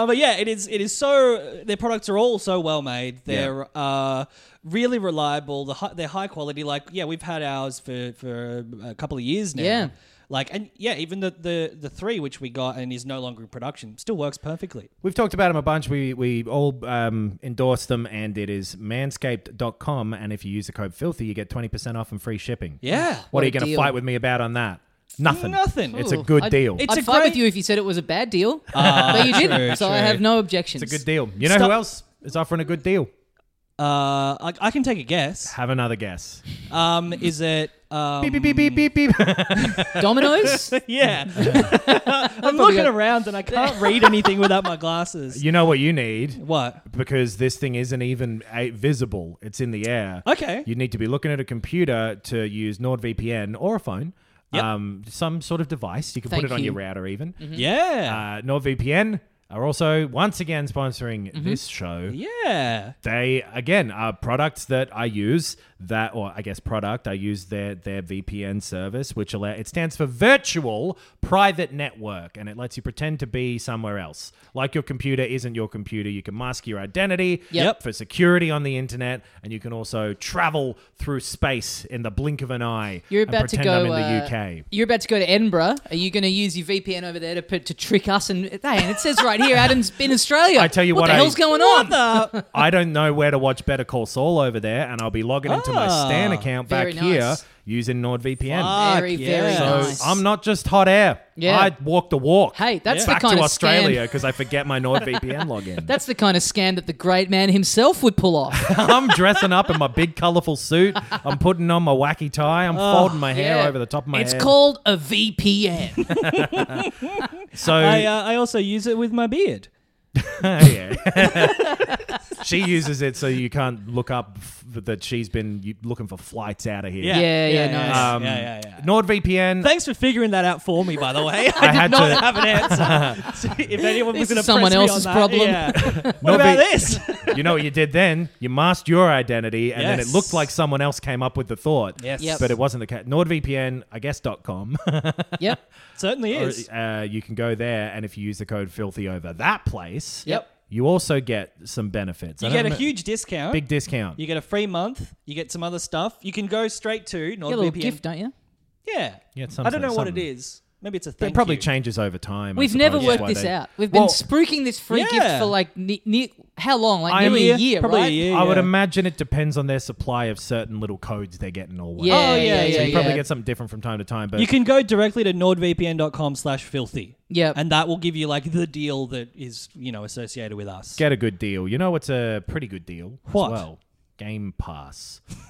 S3: but yeah, it is. It is so. Their products are all so well made. They're uh, really reliable. The hi- they're high quality. Like yeah, we've had ours for for a couple of years now.
S2: Yeah.
S3: Like and yeah, even the the the three which we got and is no longer in production still works perfectly.
S4: We've talked about them a bunch. We we all um, endorse them, and it is manscaped.com. And if you use the code filthy, you get 20% off and free shipping.
S3: Yeah.
S4: What, are
S2: a
S4: you going to
S2: deal.
S4: fight with me about on that? Nothing.
S3: Nothing.
S4: It's a
S2: Ooh,
S4: good
S2: I'd-
S4: deal.
S3: It's
S2: I'd
S3: a
S2: fight
S3: great-
S2: with you if you said it was a bad
S4: [LAUGHS]
S2: deal, but you didn't,
S3: true,
S2: so I
S3: true.
S2: have no objections.
S4: Ah, It's a good deal. You know
S3: Stop-
S4: who else is offering a good deal?
S3: Uh, I, I can take a guess.
S4: Have another guess.
S3: Um, is it? Um,
S4: Beep, beep, beep, beep, beep, beep. [LAUGHS]
S2: Dominoes.
S3: Yeah. [LAUGHS] I'm looking
S2: got-
S3: around and I can't read anything without my glasses.
S4: you know what you need?
S3: What?
S4: Because this thing isn't even uh, visible, it's in the air.
S3: Okay.
S4: You need to be looking at a computer to use NordVPN or a phone.
S3: Yep. Mm-hmm.
S4: Um, some sort of device. You can
S2: Thank
S4: put it on
S2: you.
S4: your router, even.
S3: Yeah.
S4: uh, NordVPN are also once again sponsoring
S2: Mm-hmm.
S4: this show.
S3: yeah.
S4: They again are products that I use that, or I guess product I use their their VPN service, which allow it stands for Virtual Private Network, and it lets you pretend to be somewhere else, like your computer isn't your computer. You can mask your identity
S2: Yep.
S4: for security on the internet, and you can also travel through space in the blink of an eye.
S2: You're
S4: and
S2: about to
S4: pretend
S2: go.
S4: I'm in
S2: uh,
S4: the UK.
S2: You're about to go to Edinburgh. Are you going to use your VPN over there to put, to trick us? And hey, and it says right here, Adam's in Australia.
S4: I tell you what,
S2: the
S4: I-
S2: hell's going on?
S3: Uh,
S4: I don't know where to watch Better Call Saul over there, and I'll be logging into my Stan account back
S2: Ah, Very
S4: here
S2: nice.
S4: using NordVPN.
S3: Fuck,
S2: very, very
S3: yeah.
S4: So
S2: nice.
S4: I'm not just hot air.
S2: Yeah.
S4: I walk the walk.
S2: Hey, that's the
S4: back
S2: kind
S4: to
S2: of
S4: Australia
S2: scam-
S4: because I forget
S2: [LAUGHS]
S4: my NordVPN login.
S2: That's the kind of scam that the great man himself would pull off.
S4: [LAUGHS] I'm dressing up in my big colorful suit. I'm putting on my wacky tie. I'm folding my hair
S2: Oh, Yeah.
S4: over the top of my
S2: It's
S4: head.
S2: called a VPN.
S4: [LAUGHS] So
S3: I, uh, I also use it with my beard.
S2: [LAUGHS]
S4: Yeah. [LAUGHS] she uses it so you can't look up f- that she's been you- looking for flights out of here.
S2: Yeah, yeah, nice.
S4: Um,
S3: yeah, yeah, yeah.
S4: NordVPN.
S3: Thanks for figuring that out for me, by the way. [LAUGHS] I, did
S4: had
S3: not
S4: to-
S3: have
S2: [LAUGHS]
S3: an answer. if anyone was
S2: This
S3: going to
S2: is someone else's
S3: that,
S2: problem. [LAUGHS]
S3: yeah. what
S4: Not
S3: about
S4: be-
S3: this?
S4: [LAUGHS] you know what you did then? You masked your identity, and then it
S3: Yes.
S4: looked like someone else came up with the thought.
S3: Yes.
S2: Yep.
S4: But it wasn't the case. NordVPN, I guess, dot com. [LAUGHS]
S2: Yep.
S3: Certainly
S4: Or,
S3: is.
S4: uh, you can go there, and if you use the code filthy over that place,
S2: Yep.
S4: you also get some benefits.
S3: You
S4: I
S3: get
S4: don't
S3: a
S4: know-
S3: huge discount.
S4: big discount.
S3: you get a free month. You get some other stuff. You can go straight to
S2: You get a little
S3: NordVPN.
S2: gift, don't you?
S3: Yeah.
S4: Yeah, it's
S3: I don't know
S4: something-
S3: what it
S4: something.
S3: is. Maybe it's a thing.
S4: it probably changes over time. I
S2: We've never
S4: suppose,
S2: worked
S4: why
S2: this
S4: they-
S2: out. We've
S4: Well,
S2: been spruiking this free gift
S3: Yeah.
S2: for like ne- ne- how long? Like
S4: I am
S2: nearly a
S4: here,
S2: year,
S3: probably
S2: right?
S3: a year.
S4: I would
S3: yeah.
S4: imagine it depends on their supply of certain little codes they're getting or whatever.
S2: Yeah,
S3: Oh, yeah,
S2: yeah,
S3: so
S2: yeah.
S4: so you probably
S2: yeah.
S4: get something different from time to time, but
S3: You can go directly to nordvpn.com slash filthy.
S2: Yep.
S3: And that will give you like the deal that is, you know, associated with us.
S4: get a good deal. You know what's a pretty good deal? as
S3: What?
S4: well? Game Pass. [LAUGHS]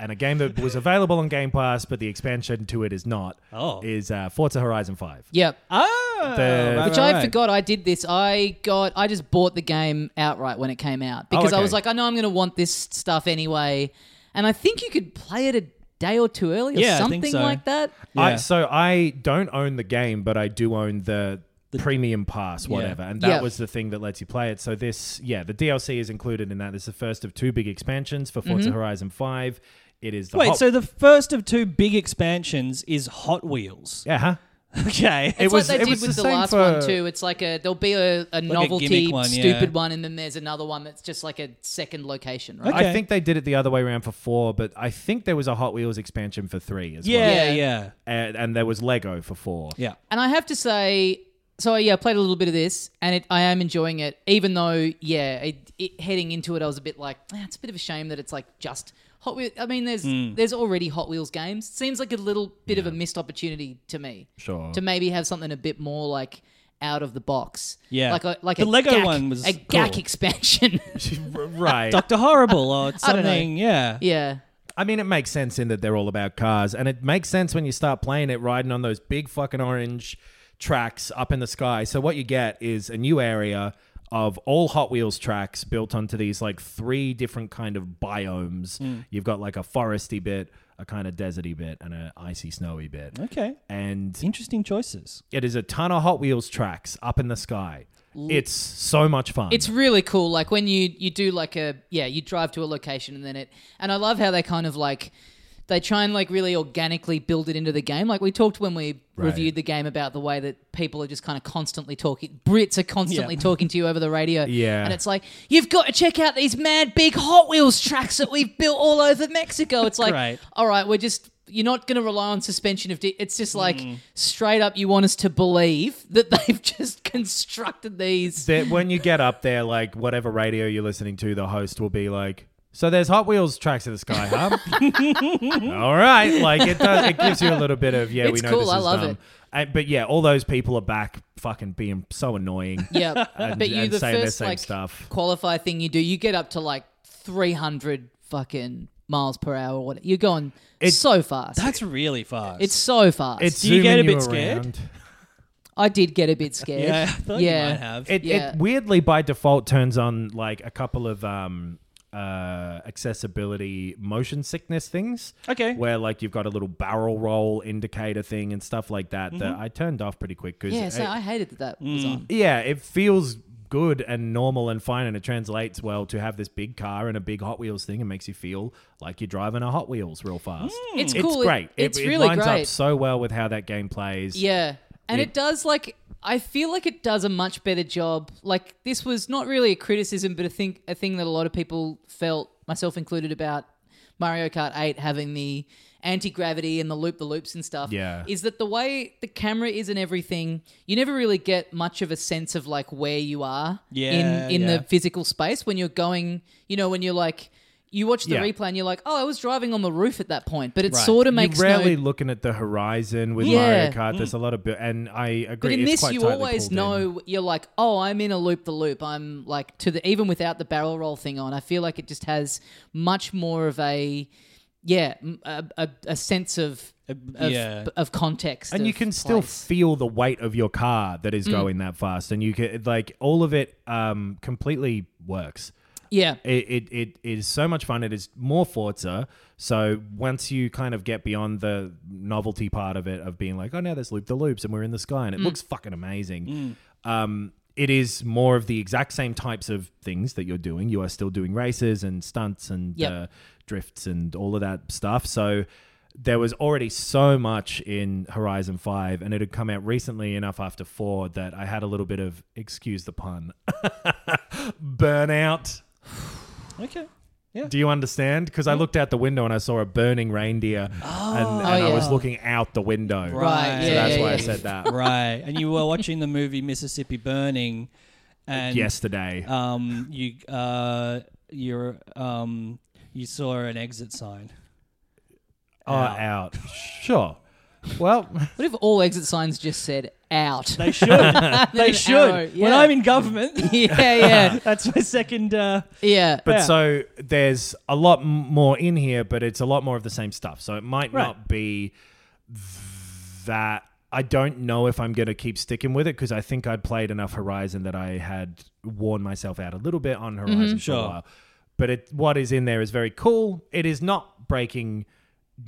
S4: and a game that was available on Game Pass, but the expansion to it is not.
S3: Oh.
S4: Is uh, Forza Horizon 5.
S2: Yep.
S3: Ah,
S4: The-
S3: right,
S4: Which
S2: Which
S3: right,
S2: I
S3: right.
S2: forgot I did this. I got I just bought the game outright when it came out because I
S4: okay.
S2: was like, I know I'm going to want this stuff anyway, and I think you could play it a day or two early or
S3: Yeah, I think
S2: something
S3: so.
S2: like that.
S4: I,
S3: Yeah.
S4: so I don't own the game, but I do own the, premium pass, whatever, and that
S2: Yeah.
S4: was the thing that lets you play it. So this, yeah, the DLC is included in that. It's the first of two big expansions for Forza
S2: Mm-hmm.
S4: Horizon Five. It is the
S3: Wait,
S4: hot-
S3: so the first of two big expansions is Hot Wheels.
S4: yeah, huh?
S3: [LAUGHS] Okay.
S4: It
S2: It's
S4: was-
S2: like
S4: it
S2: they did
S4: was
S2: with
S4: the
S2: the,
S4: same
S2: last
S4: for-
S2: one too. It's like a there'll be a, a novelty
S3: gimmick one, yeah.
S2: stupid one, and then there's another one that's just like a second location, right?
S3: Okay.
S4: I think they did it the other way around for four, but I think there was a Hot Wheels expansion for three as well,
S3: yeah,
S2: Yeah.
S3: yeah.
S4: and, and there was Lego for four.
S3: Yeah.
S2: And I have to say, so yeah, I played a little bit of this, and it, I am enjoying it. Even though, yeah, it, it, heading into it, I was a bit like, "Ah, it's a bit of a shame that it's like just Hot Wheels. I mean, there's
S3: Hmm.
S2: there's already Hot Wheels games. Seems like a little bit of a missed opportunity to me.
S4: Sure.
S2: To maybe have something a bit more like out of the box.
S3: Yeah.
S2: Like a like a
S3: The Lego
S2: Gak-
S3: one was
S2: a
S3: cool.
S2: GAC
S3: [LAUGHS]
S2: expansion.
S4: [LAUGHS]
S2: [LAUGHS]
S4: right.
S3: Dr. Horrible or
S2: I don't know.
S3: something. Yeah.
S2: yeah.
S4: I mean, it makes sense in that they're all about cars, and it makes sense when you start playing it riding on those big fucking orange tracks up in the sky. So what you get is a new area of all Hot Wheels tracks built onto these like three different kind of biomes.
S3: Hmm.
S4: You've got like a foresty bit, a kind of deserty bit, and an icy snowy bit.
S3: Okay.
S4: And
S3: Interesting choices.
S4: it is a ton of Hot Wheels tracks up in the sky. It's so much fun.
S2: It's really cool. Like when you you do like a yeah, you drive to a location and then it and I love how they kind of like they try and like really organically build it into the game. Like we talked when we
S4: Right.
S2: reviewed the game about the way that people are just kind of constantly talking. Brits are
S4: [LAUGHS]
S2: constantly talking to you over the radio.
S4: Yeah.
S2: and it's like you've got to check out these mad big Hot Wheels tracks that we've built all over Mexico. It's like
S3: Great.
S2: all right, we're just you're not going to rely on suspension of di- it's just like
S4: Mm.
S2: straight up you want us to believe that [LAUGHS] they've just constructed these
S4: [LAUGHS] that when you get up there, like whatever radio you're listening to, the host will be like, "So there's Hot Wheels tracks in the sky,
S2: [LAUGHS]
S4: huh?" all right, like it does. It gives you a little bit of yeah. we
S2: It's
S4: know
S2: cool,
S4: this
S2: I
S4: is
S2: love
S4: dumb.
S2: it.
S4: And- but yeah, all those people are back, fucking being so annoying.
S2: Yeah,
S4: [LAUGHS] And-
S2: but you
S4: and
S2: the
S4: saying the
S2: first
S4: same
S2: like
S4: stuff.
S2: qualify thing you do, you get up to like three hundred fucking miles per hour. Or what you're going so fast.
S3: That's really fast.
S2: It's so fast.
S4: It's
S3: Do you get
S4: zooming
S3: a bit scared?
S4: around.
S2: I did get a
S4: [LAUGHS]
S2: bit scared.
S3: yeah. [LAUGHS] I thought
S2: Yeah.
S3: you might have.
S4: It,
S2: Yeah.
S4: it weirdly by default turns on like a couple of um uh accessibility motion sickness things.
S3: Okay.
S4: Where like you've got a little barrel roll indicator thing and stuff like that that I turned off pretty quick because
S2: yeah, so I hated that that was on.
S4: yeah, it feels good and normal and fine and it translates well to have this big car and a big Hot Wheels thing and makes you feel like you're driving a Hot Wheels real fast.
S2: It's cool. It-
S4: It's great.
S2: it's
S4: it,
S2: really
S4: it lines
S2: great.
S4: up so well with how that game plays.
S2: Yeah. And it does like I feel like it does a much better job. Like this was not really a criticism, but a thing a thing that a lot of people felt, myself included, about Mario Kart 8 having the anti gravity and the loop the loops and stuff.
S4: Yeah.
S2: Is that the way the camera is and everything, you never really get much of a sense of like where you are
S3: Yeah,
S2: in, in
S3: yeah.
S2: the physical space when you're going you know, when you're like you watch the
S4: Yeah.
S2: replay and you're like, Oh, I was driving on the roof at that point. But it
S3: Right.
S2: sort of makes
S4: You're rarely
S2: no
S4: looking at the horizon with
S2: Yeah. Mm.
S4: Mario Kart. There's a lot of, bu- and I agree.
S2: But in
S4: it's
S2: this,
S4: quite
S2: you
S4: tightly
S2: always
S4: pulled in.
S2: know you're like, oh, I'm in a loop the loop. I'm like to the even without the barrel roll thing on. I feel like it just has much more of a yeah m- a, a, a sense of of,
S3: yeah.
S2: of context.
S4: Uh, and you
S2: of
S4: can still
S2: place. Mm.
S4: feel the weight of your car that is going that fast and you can like all of it um completely works
S2: yeah.
S4: it, it, it is so much fun. It is more Forza. So once you kind of get beyond the novelty part of it, of being like, oh, now there's loop the loops and we're in the sky and it looks fucking amazing. Um, it is more of the exact same types of things that you're doing. You are still doing races and stunts and
S2: Yep.
S4: uh, drifts and all of that stuff. So there was already so much in Horizon 5 and it had come out recently enough after 4 that I had a little bit of excuse the pun [LAUGHS] burnout.
S3: Okay. Yeah.
S4: Do you understand? Because I looked out the window and I saw a burning reindeer, and, and
S2: Hmm? Oh,
S4: I was
S2: yeah.
S4: looking out the window.
S2: Right.
S3: Right.
S2: Yeah,
S4: So that's
S2: yeah,
S4: why I
S2: yeah.
S4: said
S3: [LAUGHS]
S4: that
S3: right. And you were watching the movie Mississippi Burning, and
S4: yesterday.
S3: um, you uh, you're um, you saw an exit sign.
S4: oh, out. Sure. Well,
S2: What if all exit signs just said out?
S3: They should. [LAUGHS]
S2: [LAUGHS]
S3: they
S2: an
S3: should.
S2: arrow,
S3: When
S2: yeah.
S3: I'm in government,
S2: yeah, [LAUGHS] yeah,
S3: [LAUGHS] that's my second. Uh,
S2: yeah.
S4: but
S3: Yeah.
S4: so there's a lot m- more in here, but it's a lot more of the same stuff. So it might
S3: Right.
S4: not be that. I don't know if I'm going to keep sticking with it because I think I'd played enough Horizon that I had worn myself out a little bit on Horizon
S2: Mm-hmm.
S4: for
S3: Sure.
S4: a while. But it, what is in there is very cool. It is not breaking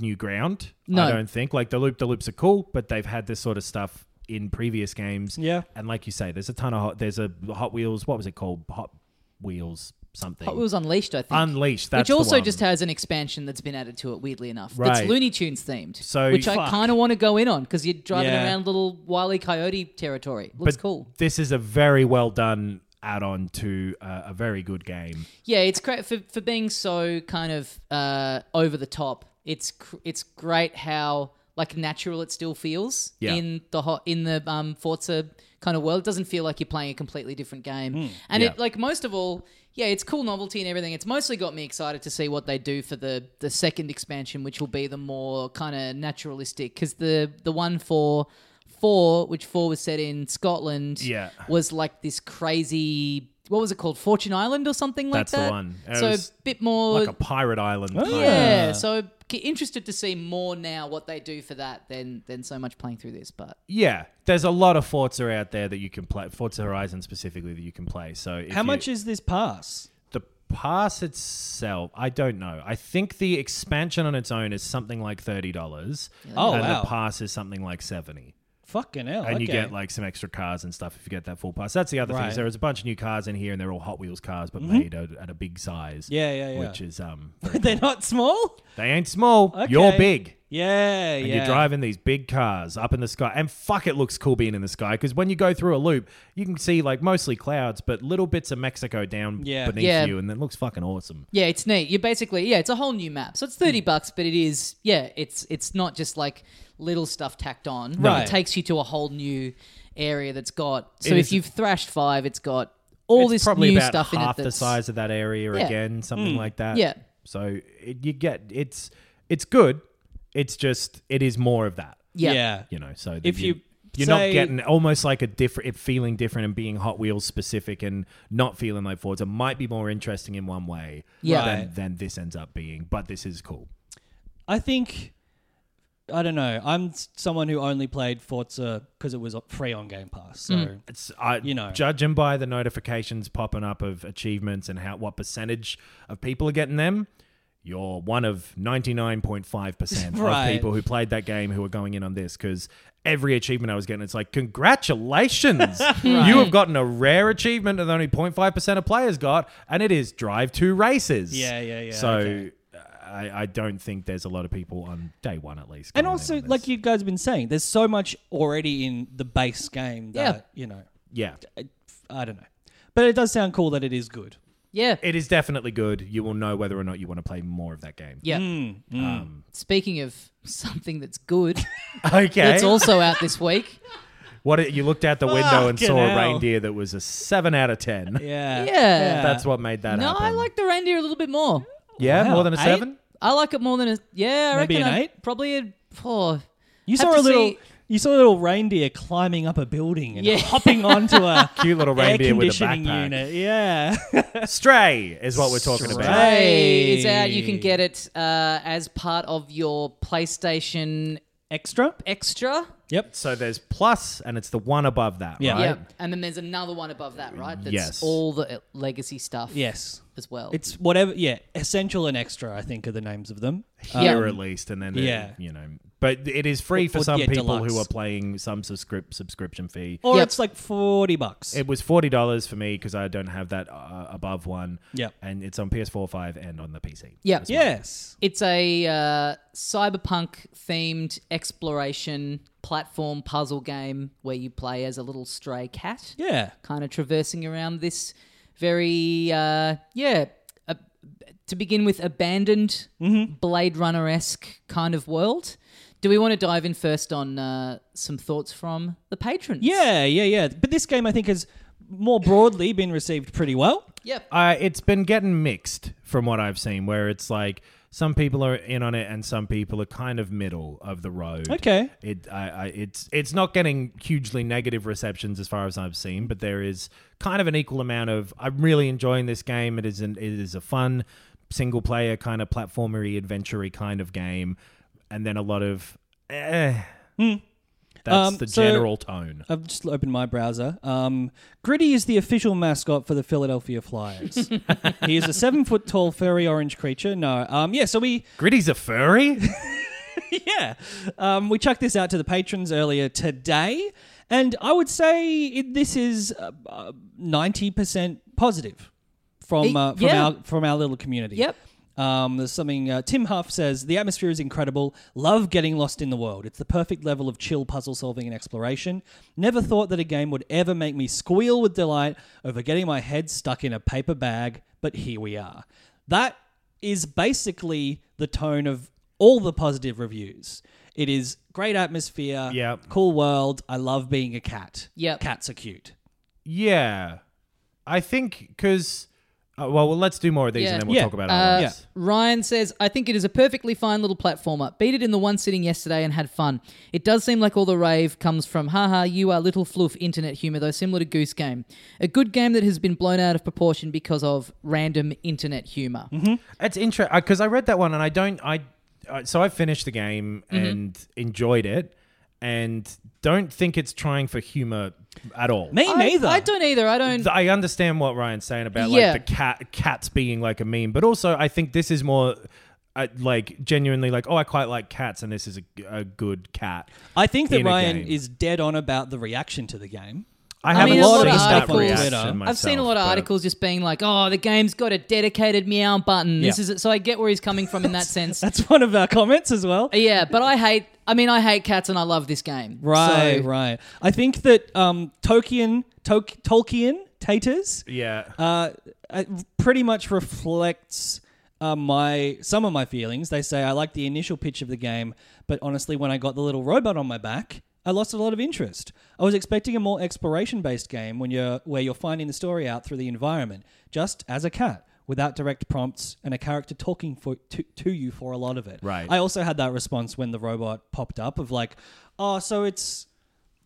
S4: new ground.
S2: No.
S4: I don't think. Like the loop the loops are cool, but they've had this sort of stuff in previous games.
S3: Yeah.
S4: And like you say, there's a ton of hot, there's a Hot Wheels. What was it called? Hot Wheels something.
S2: Hot Wheels Oh, Unleashed, I think.
S4: Unleashed. That's
S2: which also
S4: the one.
S2: just has an expansion that's been added to it, weirdly enough. That's
S4: Right.
S2: Looney Tunes themed,
S4: So-
S2: which I
S4: Fuck.
S2: kind of want to go in on because you're driving
S3: Yeah.
S2: around little wily coyote territory. Looks
S4: But
S2: cool.
S4: This is a very well done add-on to uh, a very good game.
S2: Yeah, it's great for, for being so kind of uh, over the top. It's cr- it's great how like natural it still feels
S4: Yeah.
S2: in the hot in the um, Forza kind of world. It doesn't feel like you're playing a completely different game. and it
S4: Hmm. yeah.
S2: like most of all, yeah, it's cool novelty and everything. It's mostly got me excited to see what they do for the the second expansion, which will be the more kind of naturalistic because the the one for four, which four was set in Scotland,
S4: Yeah.
S2: was like this crazy. What was it called? Fortune Island or something like
S4: That's the
S2: that.
S4: one. It
S2: so a
S4: was
S2: bit more.
S4: Like a pirate
S3: Oh,
S4: island. kind of-
S2: yeah. So k- interested to see more now what they do for that than than so much playing through this. But
S4: Yeah. There's a lot of Forza out there that you can play. Forza Horizon specifically that you can play. So if
S3: how
S4: you-
S3: much is this pass?
S4: the pass itself? I don't know. I think the expansion on its own is something like thirty dollars.
S3: Oh,
S4: and
S3: wow.
S4: the pass is something like seventy.
S3: Fucking hell.
S4: and you
S3: okay.
S4: get like some extra cars and stuff if you get that full pass. That's the other thing.
S3: Right. Mm-hmm.
S4: Is there is a bunch of new cars in here, and they're all Hot Wheels cars, but made at, at a big size.
S3: Yeah, yeah, yeah.
S4: Which is um,
S3: [LAUGHS] they're not small.
S4: they ain't small. You're
S3: Okay.
S4: big.
S3: Yeah,
S4: And
S3: yeah.
S4: you're driving these big cars up in the sky. And fuck, it looks cool being in the sky because when you go through a loop, you can see like mostly clouds, but little bits of Mexico down
S3: Yeah.
S4: beneath
S2: Yeah.
S4: you, and it looks fucking awesome.
S2: yeah, it's neat. You basically yeah, it's a whole new map. So it's thirty
S4: Hmm.
S2: bucks, but it is yeah, it's it's not just like little stuff tacked on.
S3: Right.
S2: It takes you to a whole new area that's got. So
S4: It
S2: if
S4: is-
S2: you've thrashed five, it's got all
S4: it's
S2: this
S4: probably
S2: new
S4: about
S2: stuff in it.
S4: half the
S2: that's-
S4: size of that area
S2: Yeah.
S4: again, something like that.
S2: Yeah.
S4: So it, you get it's it's good. It's just it is more of that.
S2: Yeah.
S4: you know so that
S3: If you
S4: you're
S3: say-
S4: not getting almost like a different it feeling different and being hot wheels specific and not feeling like forza might be more interesting in one way
S2: Yeah.
S4: than,
S3: Right.
S4: than this ends up being but this is cool
S3: I think I don't know. I'm s- someone who only played Forza because it was free on Game Pass. So
S2: Mm.
S4: it's I,
S3: You know.
S4: judging by the notifications popping up of achievements and how what percentage of people are getting them you're one of 99.5%
S3: Right.
S4: of people who played that game who are going in on this because every achievement I was getting, it's
S3: [LAUGHS]
S4: like, congratulations! You have gotten a rare achievement that only 0.5% of players got, and it is Drive 2 Races.
S3: Yeah, yeah, yeah,
S4: So uh,
S3: okay.
S4: I, I don't think there's a lot of people on day one, at least.
S3: and
S4: going in
S3: also,
S4: on this.
S3: like you guys have been saying, there's so much already in the base game that you know.
S4: Yeah.
S3: I, I don't know, but it does sound cool that it is good.
S2: Yeah.
S4: It is definitely good. You will know whether or not you want to play more of that game.
S2: Yeah. Um, Speaking of [LAUGHS] something that's good,
S4: Hmm, [LAUGHS] Okay.
S2: it's also out this week.
S4: what it, you looked out the window and
S3: Fucking
S4: saw a
S3: hell.
S4: reindeer that was a seven out of ten.
S3: Yeah,
S2: Yeah.
S4: That's what made [LAUGHS] that
S2: no,
S4: happen.
S2: I like the reindeer a little bit more.
S4: yeah,
S3: Wow,
S4: more than a
S3: eight?
S4: seven.
S2: I like it more than a yeah. I
S3: Maybe
S2: reckon
S3: an
S2: I'd
S3: eight?
S2: Probably oh, a four.
S3: You
S2: Have
S3: saw
S2: to
S3: a little.
S2: see-
S3: You saw a little reindeer climbing up a building and
S2: Yeah. [LAUGHS]
S3: hopping onto a
S4: Cute little
S3: [LAUGHS] air
S4: reindeer with a
S3: conditioning
S4: backpack.
S3: unit.
S4: [LAUGHS]
S3: Yeah,
S4: Stray is what we're talking
S3: Stray.
S4: about.
S2: Hey, it's out. You can get it uh, as part of your PlayStation
S3: extra.
S2: Extra.
S3: Yep.
S4: So there's plus, and it's the one above that,
S3: Yeah.
S4: right?
S2: Yeah. And then there's another one above that, right? That's
S4: Yes.
S2: all the uh, legacy stuff
S3: Yes.
S2: as well.
S3: It's whatever. Yeah. Essential and extra, I think, are the names of them. Uh,
S4: Here
S2: Yeah.
S4: at least, and then
S3: Yeah.
S4: yeah, you know. But it is free
S3: Or-
S4: for
S3: or,
S4: some
S3: yeah,
S4: people who
S3: deluxe.
S4: are playing some subscrip- subscription fee.
S3: Or
S2: Yep.
S3: it's like forty bucks.
S4: It was forty dollars for me because I don't have that uh, above one.
S3: Yep.
S4: and it's on PS4, five, and on the PC.
S2: Yeah.
S4: as well.
S3: yes.
S2: It's a uh, cyberpunk themed exploration platform puzzle game where you play as a little stray cat,
S3: Yeah.
S2: kind of traversing around this very, uh, yeah, a, to begin with, abandoned
S4: Mm-hmm.
S2: Blade Runner esque kind of world. Do we want to dive in first on uh, some thoughts from the patrons?
S3: Yeah. Yeah. Yeah. But this game, I think, has more broadly been received pretty well.
S2: Yep.
S4: Uh, it's been getting mixed from what I've seen, where it's like some people are in on it and some people are kind of middle of the road.
S3: Okay.
S4: It, I, I, it's it's not getting hugely negative receptions as far as I've seen, but there is kind of an equal amount of I'm really enjoying this game. It is an, it is a fun single player kind of platformery adventure kind of game, and then a lot of eh. That's
S3: Hmm. Um,
S4: the
S3: so-
S4: general tone.
S3: I've just opened my browser. Um, Gritty is the official mascot for the Philadelphia
S4: [LAUGHS]
S3: Flyers. he is a seven foot tall, furry orange creature. No, um, yeah. So we,
S4: Gritty's a furry.
S3: [LAUGHS] yeah, um, we chucked this out to the patrons earlier today, and I would say it, this is uh, ninety percent positive from
S2: Eh,
S3: uh, from
S2: yeah.
S3: our from our little community.
S2: Yep.
S3: Um, there's something uh, Tim Huff says the atmosphere is incredible. Love getting lost in the world. It's the perfect level of chill puzzle solving and exploration. Never thought that a game would ever make me squeal with delight over getting my head stuck in a paper bag, but here we are. That is basically the tone of all the positive reviews. It is great atmosphere,
S4: Yep.
S3: cool world. I love being a cat.
S2: Yep.
S3: Cats are cute.
S4: Yeah, I think because uh, well, well, let's do more of these
S2: Yeah.
S4: and then we'll
S3: Yeah.
S4: talk about
S2: Uh,
S4: our ones.
S2: Ryan says, I think it is a perfectly fine little platformer. Beat it in the one sitting yesterday and had fun. It does seem like all the rave comes from, haha, you are little floof internet humor, though similar to Goose Game. A good game that has been blown out of proportion because of random internet humor.
S4: It's interesting because uh, I read that one and I don't I uh, so I finished the game
S2: Mm-hmm.
S4: and enjoyed it and don't think it's trying for humor at all.
S3: Me neither.
S2: I, I don't either. I don't.
S4: Th- I understand what Ryan's saying about
S2: Yeah.
S4: like the cat cats being like a meme, but also I think this is more uh, like genuinely like oh I quite like cats and this is a, a good cat.
S3: I think that
S4: in a
S3: Ryan
S4: game.
S3: is dead on about the reaction to the game. [LAUGHS]
S4: I,
S2: I
S4: have
S2: mean,
S4: a
S2: a lot
S4: lot of
S2: of
S4: stuff on
S2: articles-
S4: reaction myself,
S2: I've seen a lot of
S4: but-
S2: articles just being like, "Oh, the game's got a dedicated meow button." This
S3: Yeah.
S2: is it. so I get where he's coming from in that sense.
S3: [LAUGHS] That's one of our comments as well.
S2: yeah, but I hate. I mean, I hate cats, and I love this game.
S3: Right,
S2: So-
S3: right. I think that um, Tolkien, Tok- Tolkien, Taters,
S4: Yeah.
S3: uh, uh, pretty much reflects uh, my some of my feelings. They say I like the initial pitch of the game, but honestly, when I got the little robot on my back, I lost a lot of interest. I was expecting a more exploration-based game when you're where you're finding the story out through the environment, just as a cat. Without direct prompts and a character talking for, to, to you for a lot of it.
S4: Right.
S3: I also had that response when the robot popped up of like, oh, so it's,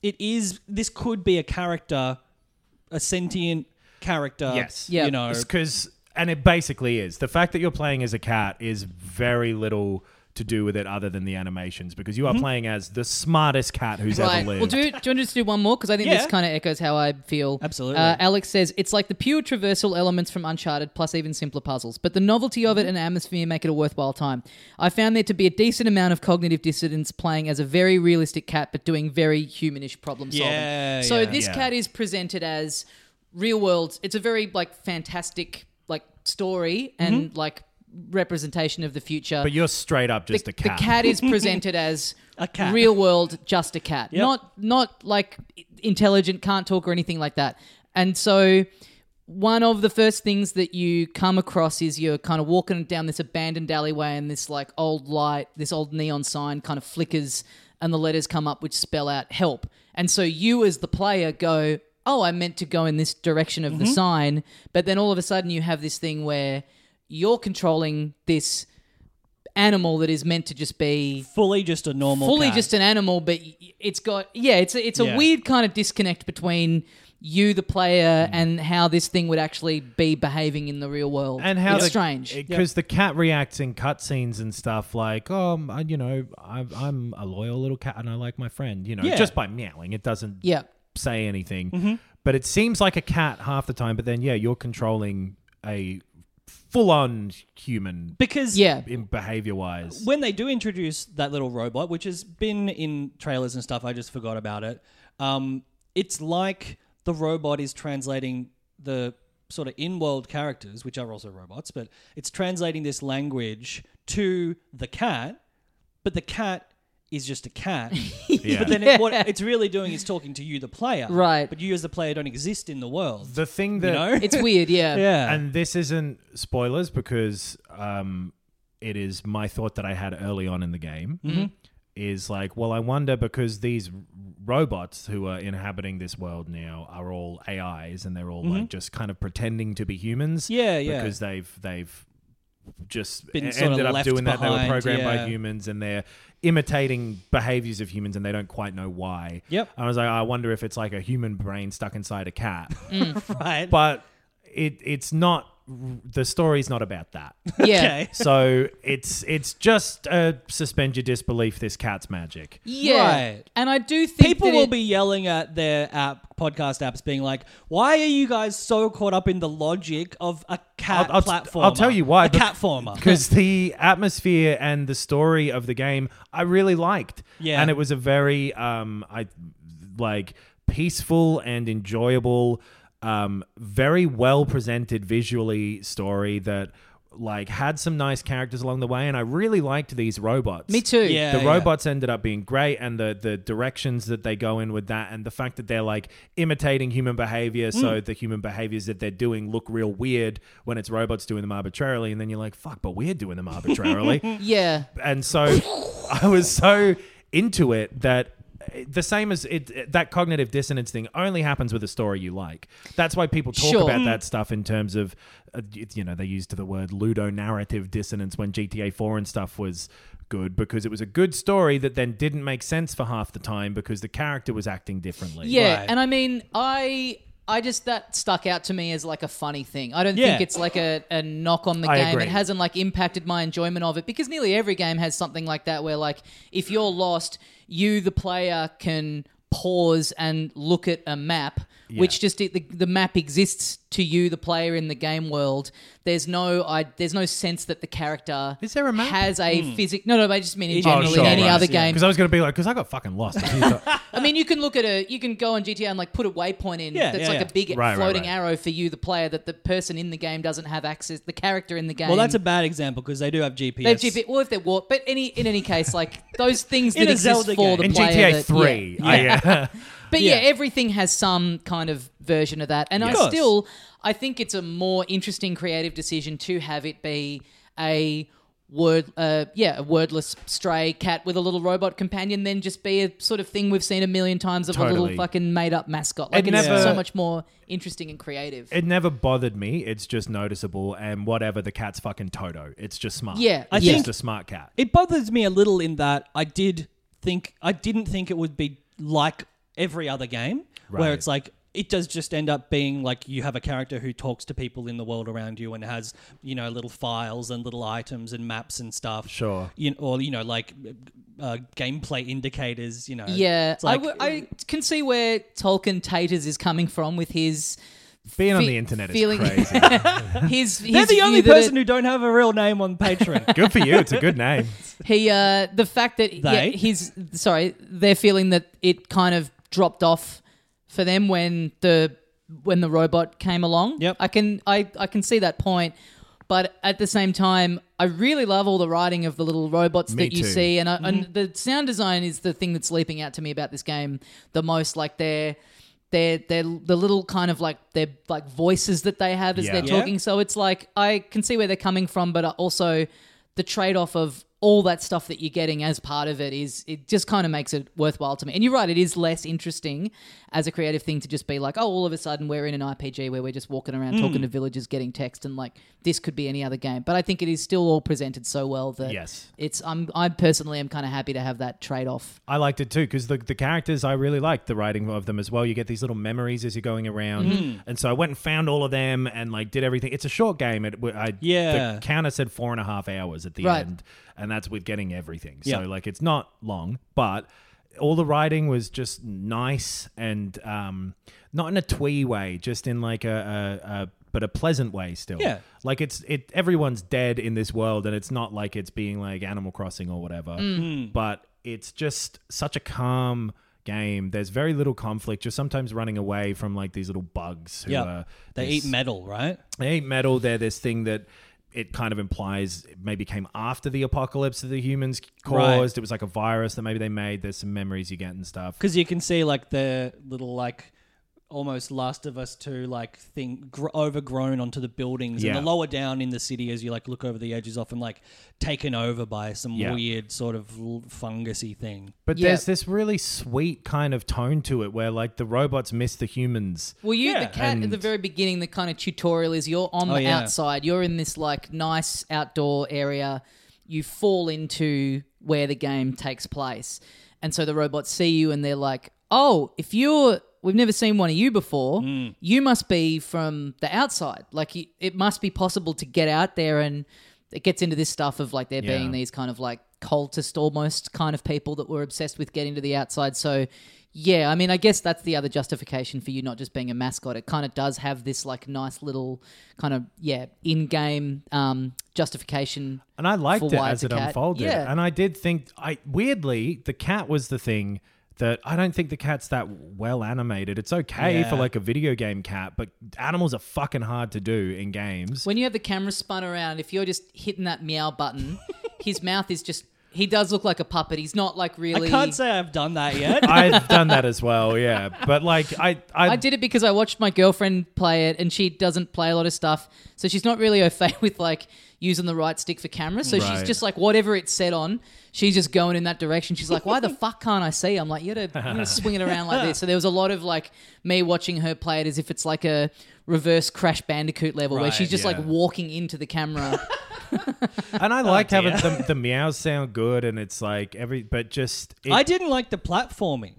S3: it is, this could be a character, a sentient character.
S4: Yes.
S2: Yeah.
S3: You know,
S4: because and it basically is the fact that you're playing as a cat is very little to do with it other than the animations because you are playing as the smartest cat who's
S2: Mm-hmm. Right.
S4: ever
S2: Well,
S4: lived.
S2: do, do you want to just do one more? Because I think
S3: Yeah.
S2: this kind of echoes how I feel.
S3: Absolutely.
S2: Uh, Alex says it's like the pure traversal elements from Uncharted, plus even simpler puzzles. But the novelty of it and atmosphere make it a worthwhile time. I found there to be a decent amount of cognitive dissonance playing as a very realistic cat, but doing very humanish problem solving.
S3: Yeah,
S2: so
S3: yeah.
S2: this
S4: Yeah.
S2: cat is presented as real world. It's a very like fantastic like story
S3: Mm-hmm.
S2: and like representation of the future
S4: but you're straight up just
S2: the,
S4: a cat.
S2: the cat
S4: [LAUGHS]
S2: is presented as
S3: A cat.
S2: real world, just a cat, not not like intelligent, can't talk or anything like that. And so, one of the first things that you come across is you're kind of walking down this abandoned alleyway, and this like old light, this old neon sign kind of flickers, and the letters come up which spell out help. And so you, as the player, go. Oh, I meant to go in this direction of the
S3: Mm-hmm.
S2: sign, but then all of a sudden you have this thing where you're controlling this animal that is meant to just be
S3: fully just a normal
S2: fully
S3: cat.
S2: just an animal, but y- it's got yeah, it's a, it's a
S3: Yeah.
S2: weird kind of disconnect between you, the
S3: Mm.
S2: player, and how this thing would actually be behaving in the real world.
S4: and how
S2: it's
S4: the,
S2: strange.
S4: because the cat reacts in cutscenes and stuff like, oh, um, I- you know, I, I'm a loyal little cat and I like my friend, you know,
S3: Yeah. Mm-hmm.
S4: just by meowing, it doesn't
S2: yeah,
S4: say anything. But it seems like a cat half the time. But then, yeah, you're controlling a full-on human
S3: because [LAUGHS]
S2: yeah.
S4: in behavior wise.
S3: when they do introduce that little robot, which has been in trailers and stuff, I just forgot about it. Um, it's like the robot is translating the sort of in-world characters, which are also robots, but it's translating this language to the cat, but the cat is just
S2: [LAUGHS]
S3: a cat.
S4: Yeah.
S3: But then it, what it's really doing is talking to you, the player.
S2: Right.
S3: But you as the player don't exist in the world.
S4: the thing that
S3: you know?
S2: It's weird, yeah.
S3: [LAUGHS] yeah.
S4: and this isn't spoilers because um, it is my thought that I had early on in the game
S3: Mm-hmm.
S4: is like, well, I wonder because these r- robots who are inhabiting this world now are all AIs and they're all like just kind of pretending to be humans,
S3: Mm-hmm. Yeah, yeah.
S4: because they've they've just
S3: Been
S4: e-
S3: sorta
S4: ended up
S3: left
S4: doing that. They
S3: behind,
S4: were programmed
S3: yeah.
S4: by humans and they're imitating behaviors of humans and they don't quite know why.
S3: Yep.
S4: I was like, I wonder if it's like a human brain stuck inside a cat
S3: right.
S4: but it it's not the story's not
S2: [LAUGHS]
S4: about that.
S2: Yeah.
S3: okay.
S4: so it's it's just uh, suspend your disbelief. This cat's magic. [LAUGHS]
S2: Yeah.
S3: Right.
S2: And I do think
S3: People
S2: that
S3: will
S2: it-
S3: be yelling at their app podcast apps, being like, "Why are you guys so caught up in the logic of a cat
S4: I'll- I'll-
S3: platform?
S4: I'll tell you why,
S3: A
S4: bec- [LAUGHS]
S3: catformer.
S4: Because the atmosphere and the story of the game, I really liked.
S3: Yeah.
S4: and it was a very um, I like peaceful and enjoyable, um, very well presented visually story that like had some nice characters along the way, and I really liked these robots.
S2: Me too.
S3: Yeah.
S4: the robots ended up being great and the the directions that they go in with that and the fact that they're like imitating human behavior
S3: Mm.
S4: so the human behaviors that they're doing look real weird when it's robots doing them arbitrarily and then you're like fuck but we're doing
S3: [LAUGHS]
S4: them arbitrarily
S2: Yeah.
S4: and so [LAUGHS] i was so into it that the same as it that cognitive dissonance thing only happens with a story you like that's why people talk
S2: Sure. Mm.
S4: about that stuff in terms of uh, you know they used the word ludonarrative dissonance when gta 4 and stuff was good because it was a good story that then didn't make sense for half the time because the character was acting differently
S2: Yeah,
S3: Right.
S2: and I mean, I I just that stuck out to me as like a funny thing. I don't
S3: Yeah.
S2: think it's like a, a knock on the
S4: I
S2: game.
S4: agree.
S2: It hasn't like impacted my enjoyment of it because nearly every game has something like that where like if you're lost, you the player can pause and look at a map which just the, the map exists to you the player in the game world there's no i there's no sense that the character
S4: Is there a map?
S2: has a physic no no but i just mean in
S3: Oh,
S2: general
S3: sure,
S2: in any
S3: right.
S2: other
S3: Yeah.
S2: game
S4: because i was going to be like because i got
S2: [LAUGHS]
S4: fucking lost
S2: I mean, you can look at a, you can go on GTA and like put a waypoint in
S3: Yeah,
S2: that's
S3: yeah,
S2: like
S3: yeah.
S2: a big
S4: Right, right,
S2: floating
S4: right.
S2: arrow for you, the player, that the person in the game doesn't have access. The character in the game.
S3: Well, that's a bad example because they do have GPS.
S2: They've GP, well, if they're warped, but any in any case, like those things
S3: In
S2: that
S3: a
S2: exist
S3: Zelda
S2: for
S3: game.
S2: the
S4: in
S2: player.
S4: gta
S2: that-
S4: 3
S2: yeah.
S4: I, uh,
S2: But yeah.
S3: Yeah.
S2: everything has some kind of version of that. And I
S3: Of course.
S2: still I think it's a more interesting creative decision to have it be a word uh yeah, a wordless stray cat with a little robot companion than just be a sort of thing we've seen a million times of a
S4: Totally.
S2: little fucking made up mascot. Like
S4: It
S2: it's
S4: never-
S2: so much more interesting and creative.
S4: it never bothered me it's just noticeable and whatever the cat's fucking toto it's just smart
S2: Yeah,
S4: it's
S2: yeah.
S4: just a smart cat
S3: It bothers me a little in that I did think I didn't think it would be like every other game where
S4: Right.
S3: it's like it does just end up being like you have a character who talks to people in the world around you and has you know little files and little items and maps and stuff.
S4: Sure.
S3: You or you know like uh, gameplay indicators. You know.
S2: yeah,
S3: It's like
S2: I, w- I can see where Tolkien Taters is coming from with his
S4: Being on
S2: Fe-
S4: the internet is
S2: feeling- [LAUGHS]
S4: crazy.
S2: his.
S3: [LAUGHS] they're
S2: his
S3: the only
S2: view that it-
S3: person who don't have a real name on Patreon.
S4: [LAUGHS] good for you. It's a good name.
S2: He uh the fact that
S3: They?
S2: yeah, he's sorry, they're feeling that it kind of dropped off for them when the when the robot came along.
S3: Yep.
S2: I can I, I can see that point. But at the same time, I really love all the writing of the little robots
S4: Me
S2: that you
S4: too. Mm-hmm.
S2: see, and I, and the sound design is the thing that's leaping out to me about this game the most. Like they're they're they're the little kind of like their like voices that they have as
S4: Yeah.
S2: they're
S4: Yeah.
S2: talking. So it's like I can see where they're coming from, but also the trade off of all that stuff that you're getting as part of it is it just kind of makes it worthwhile to me. And you're right, it is less interesting as a creative thing to just be like, oh, all of a sudden we're in an RPG where we're just walking around talking to villagers, getting text, and like this could be any other game. But I think it is still all presented so well that
S4: Yes.
S2: it's I'm I personally am kind of happy to have that trade off.
S4: I liked it too because the, the characters I really liked the writing of them as well. You get these little memories as you're going around,
S3: Mm-hmm.
S4: and so I went and found all of them and like did everything. It's a short game. It w- I,
S3: Yeah.
S4: The counter said four and a half hours at the
S2: Right.
S4: end, and that's with getting everything.
S3: Yeah.
S4: So like it's not long, but all the writing was just nice and um, not in a twee way, just in like a. a, a but a pleasant way still.
S3: Yeah.
S4: Like it's it everyone's dead in this world and it's not like it's being like Animal Crossing or whatever.
S3: Mm.
S4: But it's just such a calm game. There's very little conflict. You're sometimes running away from like these little bugs who
S3: Yeah.
S4: are
S3: They
S4: these-
S3: eat metal, right?
S4: they ain't metal. They're this thing that it kind of implies maybe came after the apocalypse that the humans
S3: Right.
S4: caused. It was like a virus that maybe they made. There's some memories you get and stuff.
S3: Because you can see like the little like almost Last of Us two like thing gr- overgrown onto the buildings
S4: Yeah.
S3: and the lower down in the city as you like look over the edges often like taken over by some
S4: Yeah.
S3: weird sort of l- fungusy thing.
S4: But
S2: Yeah.
S4: there's this really sweet kind of tone to it where like the robots miss the humans.
S2: Well, you the
S3: Yeah,
S2: cat at the very beginning. The kind of tutorial is you're on
S3: Oh,
S2: the
S3: yeah.
S2: outside. You're in this like nice outdoor area. You fall into where the game takes place, and so the robots see you and they're like, "Oh, if you're." We've never seen one of you before.
S3: Mm.
S2: You must be from the outside. Like, you, it must be possible to get out there and it gets into this stuff of like there
S4: Yeah.
S2: being these kind of like cultist almost kind of people that were obsessed with getting to the outside. So yeah, I mean, I guess that's the other justification for you not just being a mascot. It kind of does have this like nice little kind of yeah in-game um, justification.
S4: And I liked
S2: For
S4: it
S2: why
S4: as it
S2: it's a cat.
S4: unfolded.
S2: Yeah.
S4: And I did think I weirdly the cat was the thing that I don't think the cat's that well animated. It's okay
S3: Yeah.
S4: for like a video game cat, but animals are fucking hard to do in games.
S2: When you have the camera spun around, if you're just hitting that meow
S3: [LAUGHS]
S2: button, his mouth is just. He does look like a puppet. He's not like really.
S3: I can't say I've done that yet.
S4: [LAUGHS] [LAUGHS] I've done that as well, yeah. But like I I,
S2: I did it because I watched my girlfriend play it, and she doesn't play a lot of stuff, so she's not really [LAUGHS] au fait with like using the right stick for camera. So
S4: Right.
S2: she's just like whatever it's set on, she's just going in that direction. She's like,
S4: [LAUGHS]
S2: "Why the fuck can't I see?" I'm like, "You gotta, you gotta swing it around like this." So there was a lot of like me watching her play it as if it's like a reverse Crash Bandicoot level where
S3: Right,
S2: she's just
S4: yeah.
S2: like walking into the
S4: [LAUGHS]
S2: camera.
S4: and
S2: Oh,
S4: I like having the, the meows sound good and it's like every but just it,
S3: I didn't like the platforming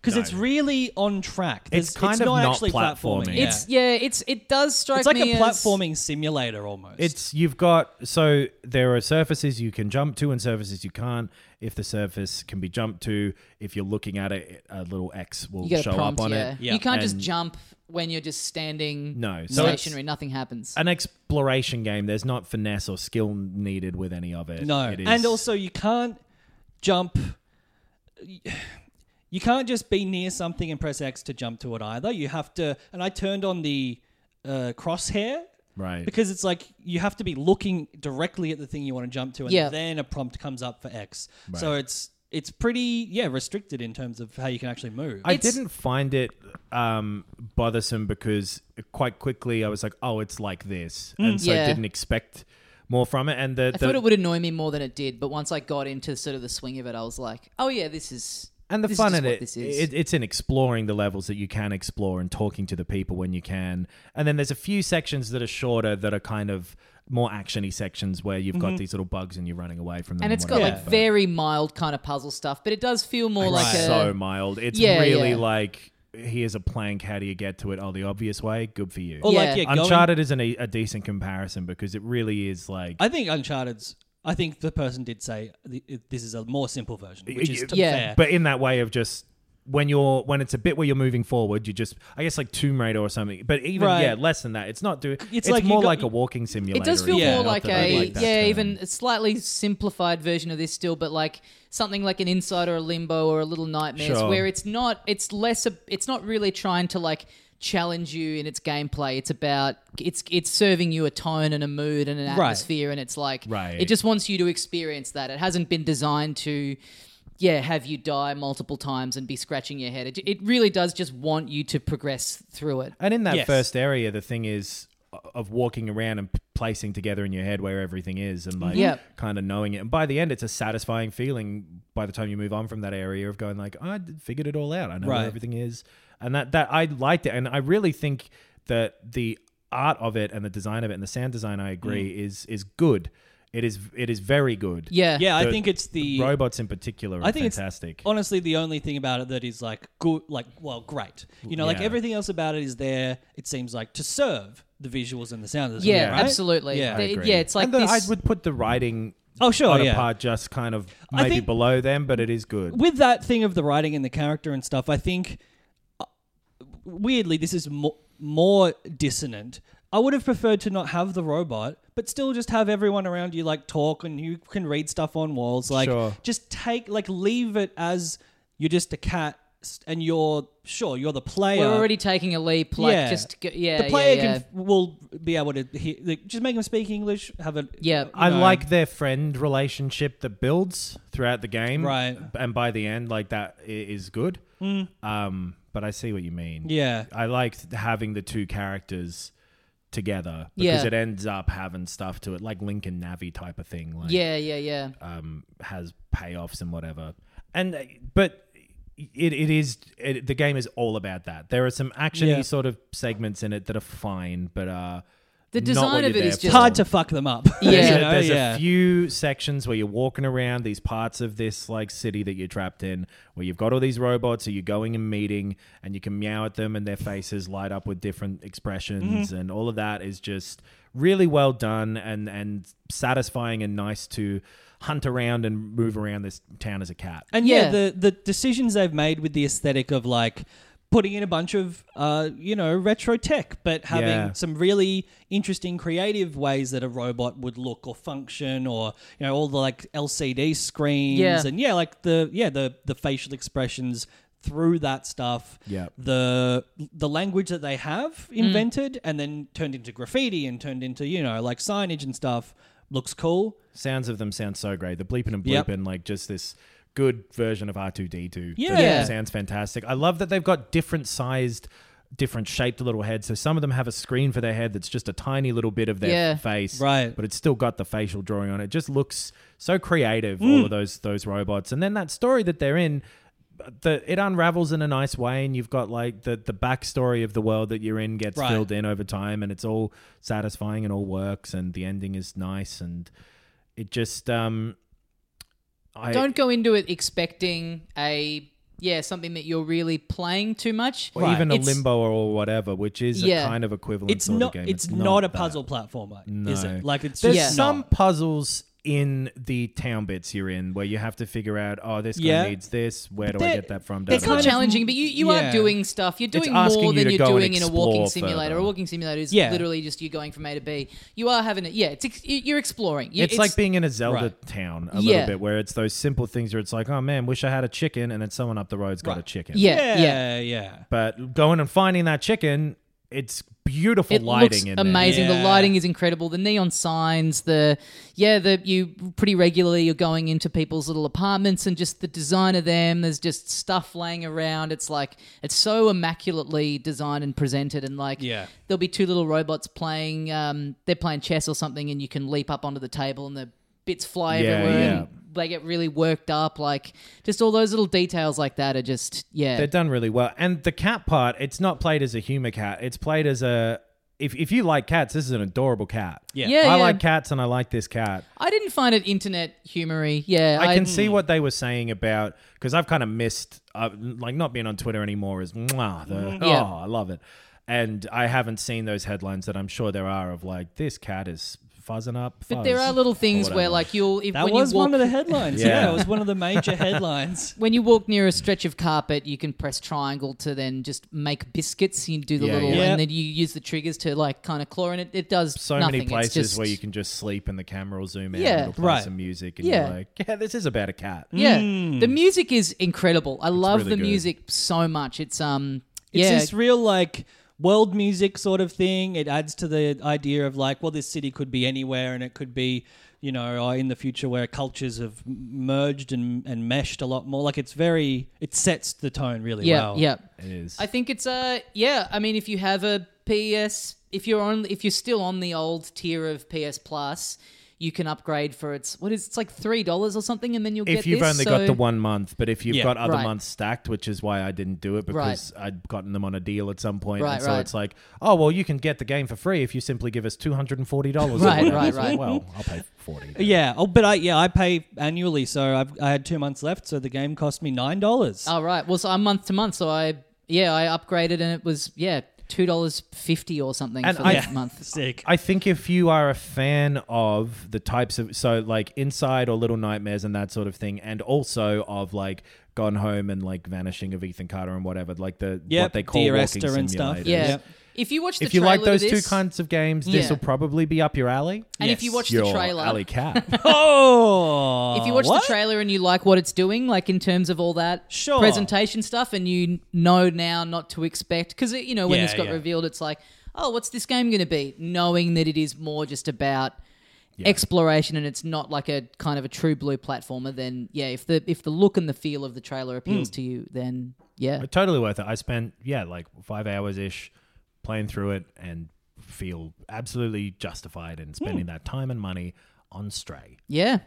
S3: because
S4: No.
S3: it's really on track. There's-
S4: It's kind of not
S3: actually
S4: platforming.
S3: platforming.
S2: It's yeah, it's it does strike
S3: It's like
S2: me
S3: a
S2: as-
S3: platforming simulator almost.
S4: It's you've got so there are surfaces you can jump to and surfaces you can't. If the surface can be jumped to, if you're looking at it, a little X will
S2: You get
S4: show
S2: a prompt,
S4: up on
S2: yeah.
S4: it.
S3: Yeah.
S2: You can't just
S4: And-
S2: jump when you're just standing
S4: No, so it's-
S2: stationary, nothing happens.
S4: An exploration game. There's not finesse or skill needed with any of it.
S3: No,
S4: It is-
S3: and also you can't jump. You can't just be near something and press X to jump to it either. You have to, and I turned on the uh, crosshair
S4: right
S3: because it's like you have to be looking directly at the thing you want to jump to, and
S2: Yeah.
S3: then a prompt comes up for X. So it's it's pretty yeah restricted in terms of how you can actually move.
S4: I
S2: It's-
S4: didn't find it um, bothersome because quite quickly I was like, oh, it's like this,
S3: Hmm.
S4: and so
S2: Yeah.
S4: didn't expect more from it. And the,
S2: I
S4: the
S2: thought it would annoy me more than it did, but once I got into sort of the swing of it, I was like, "Oh yeah, this is."
S4: And the
S2: this is
S4: fun
S2: just
S4: in
S2: what
S4: it,
S2: this is.
S4: it, it's in exploring the levels that you can explore and talking to the people when you can. And then there's a few sections that are shorter that are kind of more actiony sections where you've
S3: Mm-hmm.
S4: got these little bugs and you're running away from them.
S2: and it's got
S4: whatever.
S2: like very mild kind of puzzle stuff, but it does feel more
S4: It's
S2: like a
S4: so mild. It's
S2: Yeah,
S4: really
S2: yeah.
S4: like here's a plank. How do you get to it? Oh, the obvious way. Good for you.
S3: or
S2: yeah.
S3: like yeah, going-
S4: Uncharted isn't a, a decent comparison because it really is like
S3: I think Uncharted's. I think the person did say th- it- this is a more simple version, which is
S4: Yeah.
S2: Yeah.
S3: fair.
S4: but in that way of just when you're when it's a bit where you're moving forward, you just I guess like Tomb Raider or something. But even
S3: Right.
S4: yeah, less than that. It's not doing. It's,
S3: like you
S4: more
S3: got-
S4: like a walking simulator.
S2: It does feel
S4: even,
S3: Yeah.
S2: more
S4: not
S2: like
S4: that I
S2: a
S4: like that
S2: yeah,
S4: term.
S2: even a slightly simplified version of this still, but like something like an Inside or a Limbo or a Little Nightmares,
S4: Sure.
S2: where it's not it's less a, it's not really trying to like challenge you in its gameplay. It's about it's it's serving you a tone and a mood and an
S3: Right.
S2: atmosphere, and it's like
S4: Right.
S2: it just wants you to experience that. It hasn't been designed to. Yeah, have you die multiple times and be scratching your head? It, it really does just want you to progress through it.
S4: And in that
S3: Yes.
S4: first area, the thing is uh, of walking around and p- placing together in your head where everything is and like
S2: Yep.
S4: kind of knowing it. And by the end, it's a satisfying feeling by the time you move on from that area of going like, I d- figured it all out. I know
S3: Right.
S4: where everything is. And that, that I liked it. And I really think that the art of it and the design of it and the sound design, I agree, is, is good. It is, it is very good.
S2: Yeah.
S3: Mm. yeah, I
S4: The-
S3: think it's the
S4: Robots in particular are
S3: I think
S4: fantastic.
S3: it's honestly the only thing about it that is like good, like well, great. You know, like
S4: Yeah.
S3: everything else about it is there. It seems like to serve the visuals and the sound design.
S2: Yeah,
S3: right?
S2: absolutely.
S3: Yeah.
S2: They-
S3: I
S4: agree.
S2: yeah, it's like
S4: and the,
S2: this.
S4: I would put the writing.
S3: Oh, sure,
S4: on a
S3: yeah.
S4: part just kind of
S3: I
S4: maybe
S3: think-
S4: below them, but it is good.
S3: with that thing of the writing and the character and stuff, I think uh, weirdly this is mo- more dissonant. I would have preferred to not have the robot, but still just have everyone around you like talk and you can read stuff on walls. Like
S4: Sure.
S3: just take like leave it as you're just a cat s- and you're sure you're the player.
S2: We're already taking a leap. Like, just go, yeah,
S3: the player
S2: yeah, yeah.
S3: can will be able to hear, like, just make them speak English. Have a
S2: Yeah.
S4: I
S3: No.
S4: like their friend relationship that builds throughout the game,
S3: Right. Mm.
S4: And by the end, like that i- is good. Um, but I see what you mean.
S3: yeah.
S4: I liked having the two characters together because
S2: Yeah.
S4: it ends up having stuff to it, like Link and Navi type of thing. Like,
S2: yeah, yeah, yeah.
S4: um, has payoffs and whatever. And uh, but it, it is it, the game is all about that. There are some actiony
S3: Yeah.
S4: sort of segments in it that are fine, but uh,
S2: The
S4: not
S2: design
S4: what
S2: of
S4: you're
S2: it is
S4: there
S2: just-
S4: for.
S3: Hard to fuck them up. [LAUGHS]
S2: Yeah.
S4: There's,
S3: You
S4: a,
S3: know?
S4: there's
S3: yeah.
S4: a few sections where you're walking around these parts of this like city that you're trapped in, where you've got all these robots, so you're going and meeting, and you can meow at them, and their faces light up with different expressions, and all of that is just really well done and and satisfying and nice to hunt around and move around this town as a cat.
S3: And yeah,
S2: Yeah.
S3: the the decisions they've made with the aesthetic of like putting in a bunch of uh, you know retro tech, but having
S4: Yeah.
S3: some really interesting creative ways that a robot would look or function, or you know all the like LCD screens
S2: Yeah.
S3: and yeah, like the yeah the the facial expressions through that stuff
S4: Yeah.
S3: the the language that they have
S2: Mm.
S3: invented and then turned into graffiti and turned into you know like signage and stuff looks cool
S4: Sounds of them sound so great. The bleeping and
S3: Yep.
S4: blooping, like just this good version of R2D2.
S3: Yeah.
S4: That
S2: Yeah.
S4: sounds fantastic. I love that they've got different sized, different shaped little heads. So some of them have a screen for their head that's just a tiny little bit of their
S2: Yeah.
S4: face.
S3: Right.
S4: But it's still got the facial drawing on it. It just looks so creative,
S3: Mm.
S4: all of those those robots. And then that story that they're in the it unravels in a nice way and you've got like the the backstory of the world that you're in gets
S3: Right.
S4: filled in over time and it's all satisfying and all works and the ending is nice and it just um I
S2: Don't go into it expecting a yeah something that you're really playing too much.
S4: or even a
S2: It's-
S4: limbo or whatever, which is
S2: Yeah.
S4: a kind of equivalent
S3: it's
S4: sort
S3: not
S4: of game.
S3: it's, not, a
S4: that.
S3: puzzle platformer is
S4: No.
S3: it like it's
S4: There's
S3: just not.
S4: some puzzles in the town bits you're in where you have to figure out, oh, this guy
S3: Yeah.
S4: needs this. Where do I
S3: they're-
S4: get that from?
S3: they're
S2: It's
S4: Da, da,
S2: not
S4: da.
S3: kind of-
S2: challenging, but you, you
S3: yeah.
S2: are doing stuff. You're doing
S4: asking
S2: more
S4: you
S2: than
S4: to
S2: you're
S4: go and
S2: doing in a walking
S4: explore
S2: simulator.
S4: further.
S2: A walking simulator is
S3: Yeah.
S2: literally just you going from A to B. You are having it. Yeah, it's ex- you- you're exploring. You-
S4: it's, like being in a Zelda
S3: Right.
S4: town a
S2: Yeah.
S4: little bit, where it's those simple things where it's like, oh man, wish I had a chicken, and then someone up the road's got a
S3: Right.
S4: chicken.
S2: [LAUGHS] yeah, yeah.
S3: yeah, yeah.
S4: But going and finding that chicken, it's beautiful
S2: It
S4: lighting
S2: looks
S4: in there.
S2: amazing.
S3: Yeah.
S2: The lighting is incredible. The neon signs. The yeah, the you pretty regularly you're going into people's little apartments and just the design of them. There's just stuff laying around. It's like it's so immaculately designed and presented. And like
S3: Yeah.
S2: there'll be two little robots playing. Um, they're playing chess or something, and you can leap up onto the table and the bits fly
S4: Yeah,
S2: everywhere.
S4: yeah.
S2: And, they get really worked up, like just all those little details like that are just yeah.
S4: They're done really well. And the cat part, it's not played as a humor cat. It's played as a if if you like cats, this is an adorable cat.
S3: Yeah.
S2: Yeah,
S4: I
S2: yeah.
S4: like cats and I like this cat.
S2: I didn't find it internet humory. Yeah,
S4: I can see what they were saying about because I've kind of missed uh, like not being on Twitter anymore is mwah, the,
S2: Mm. Yeah.
S4: oh I love it, and I haven't seen those headlines that I'm sure there are of like this cat is fuzzing up.
S2: But there
S4: fuzz,"
S2: are little things
S4: or
S2: where,
S4: whatever.
S2: like, you'll if
S3: That
S2: when
S3: was
S2: you walk,
S3: one
S2: [LAUGHS]
S3: of the headlines. yeah.
S4: Yeah.
S3: it was one of the major headlines.
S2: when you walk near a stretch of carpet, you can press triangle to then just make biscuits. You do the
S4: Yeah,
S2: little,
S4: yeah.
S3: Yeah.
S2: and then you use the triggers to like kind of claw, and it, it does
S4: so
S2: nothing.
S4: many places
S2: it's just,
S4: where you can just sleep and the camera will zoom in.
S2: Yeah.
S4: and it'll play
S3: Right.
S4: some music and
S2: Yeah.
S4: you're like, yeah, this is about a cat.
S2: Yeah, the music is incredible. I love
S4: Mm. really
S2: the
S4: good.
S2: music so much. It's um,
S3: It's
S2: yeah,
S3: this real like world music sort of thing. It adds to the idea of like, well, this city could be anywhere, and it could be, you know, uh, in the future where cultures have m- merged and and meshed a lot more. Like it's very, it sets the tone really
S2: yeah,
S3: well.
S2: yeah.
S4: It is.
S2: I think it's uh, yeah. I mean, if you have a PS if you're on if you're still on the old tier of PS Plus, you can upgrade for its what is it's like three dollars or something, and then you'll
S4: if
S2: get
S4: you've
S2: this,
S4: only got
S2: so-
S4: the one month, but if you've
S3: Yeah.
S4: got other
S2: Right.
S4: months stacked, which is why I didn't do it because I'd gotten them on a deal at some point,
S2: Right,
S4: and so
S2: right.
S4: it's like, oh well, you can get the game for free if you simply give us two hundred and forty dollars.
S2: Right, right, right.
S4: Well, I'll pay forty.
S3: Yeah. Oh, but I yeah I pay annually, so I've, I had two months left, so the game cost me nine dollars.
S2: Oh right. Well, so I'm month to month, so I yeah I upgraded and it was yeah two dollars fifty or something
S4: And
S2: for
S4: I-
S2: that [LAUGHS] month.
S3: [LAUGHS] Sick.
S4: I think if you are a fan of the types of so like Inside or Little Nightmares and that sort of thing, and also of like Gone Home and like Vanishing of Ethan Carter and whatever, like the
S3: Yep,
S4: what they call
S3: Dear
S4: walking
S3: Esther and stuff.
S4: simulators.
S2: Yeah.
S3: Yep.
S2: If you watch the
S4: If you like
S2: trailer
S4: those
S2: to
S4: two
S2: this-
S4: kinds of games, this
S2: Yeah.
S4: will probably be up your alley.
S2: and if you
S3: Yes.
S2: watch the
S4: your
S2: trailer,
S4: alley cat.
S2: [LAUGHS]
S3: Oh.
S2: if you watch
S3: what?
S2: the trailer and you like what it's doing, like in terms of all that
S3: Sure.
S2: presentation stuff, and you know now not to expect, because you know when
S3: Yeah,
S2: this got
S3: yeah.
S2: revealed, it's like, oh, what's this game going to be? Knowing that it is more just about exploration and it's not like a kind of a true blue platformer. Then yeah, if the if the look and the feel of the trailer appeals
S3: Hmm.
S2: to you, then yeah,
S4: But totally worth it. I spent yeah like five hours ish playing through it and feel absolutely justified in spending
S2: Hmm.
S4: that time and money on Stray.
S2: yeah,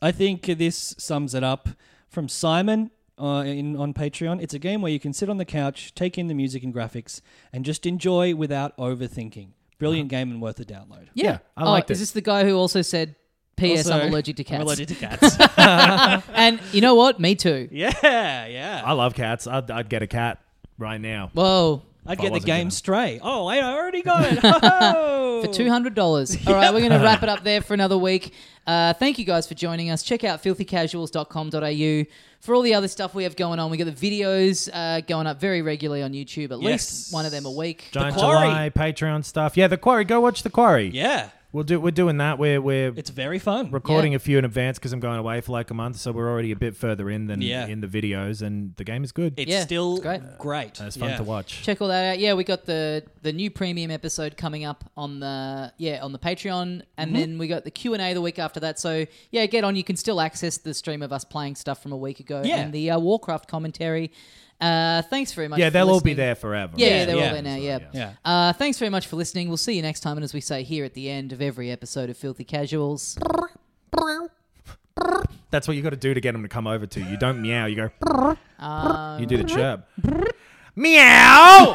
S3: I think this sums it up from Simon uh, in on Patreon. It's a game where you can sit on the couch, take in the music and graphics, and just enjoy without overthinking. Brilliant
S2: Uh-huh.
S3: game and worth a download.
S2: yeah.
S4: Yeah, I
S2: Oh,
S4: liked
S2: Is
S4: it.
S2: this the guy who also said? P.S.
S3: Also,
S2: I'm allergic to cats.
S3: I'm allergic to cats.
S2: [LAUGHS]
S3: [LAUGHS]
S2: and you know what? Me too.
S3: yeah, yeah.
S4: I love cats. I'd, I'd get a cat right now.
S2: Whoa.
S3: I'd
S4: I
S3: get the
S4: wasn't gonna.
S3: game stray. Oh, I already got
S2: [LAUGHS]
S3: it. Ho-ho!
S2: for two hundred
S4: [LAUGHS]
S2: dollars. All right, we're going to wrap it up there for another week. Uh, thank you guys for joining us. Check out filthycasuals.com.au for all the other stuff we have going on. We got the videos uh, going up very regularly on YouTube. At
S3: Yes.
S2: least one of them a week.
S4: Giant
S3: Quarry.
S4: July Patreon stuff. Yeah, the Quarry. Go watch the Quarry.
S3: Yeah,
S4: we'll do. We're doing that. We're we're
S3: it's very fun.
S4: recording
S2: Yeah.
S4: a few in advance because I'm going away for like a month, so we're already a bit further in than
S3: Yeah.
S4: in the videos, and the game is good.
S3: It's
S2: Yeah,
S3: still
S2: it's great.
S3: great.
S4: it's fun
S3: Yeah.
S4: to watch.
S2: Check all that out. Yeah, we got the the new premium episode coming up on the yeah on the Patreon, and
S4: Mm-hmm.
S2: then we got the Q and A the week after that. So yeah, get on. You can still access the stream of us playing stuff from a week ago
S3: Yeah.
S2: and the uh, Warcraft commentary. Uh, thanks very much.
S4: yeah,
S2: for
S4: they'll all be
S2: listening.
S4: there forever.
S2: Yeah, yeah,
S4: right?
S2: they're
S3: yeah.
S2: all there now. Yeah.
S3: Yeah.
S2: Uh, thanks very much for listening. We'll see you next time. And as we say here at the end of every episode of Filthy Casuals,
S4: That's what you got to do to get them to come over to you. You don't meow. You go. you do the chirp. meow.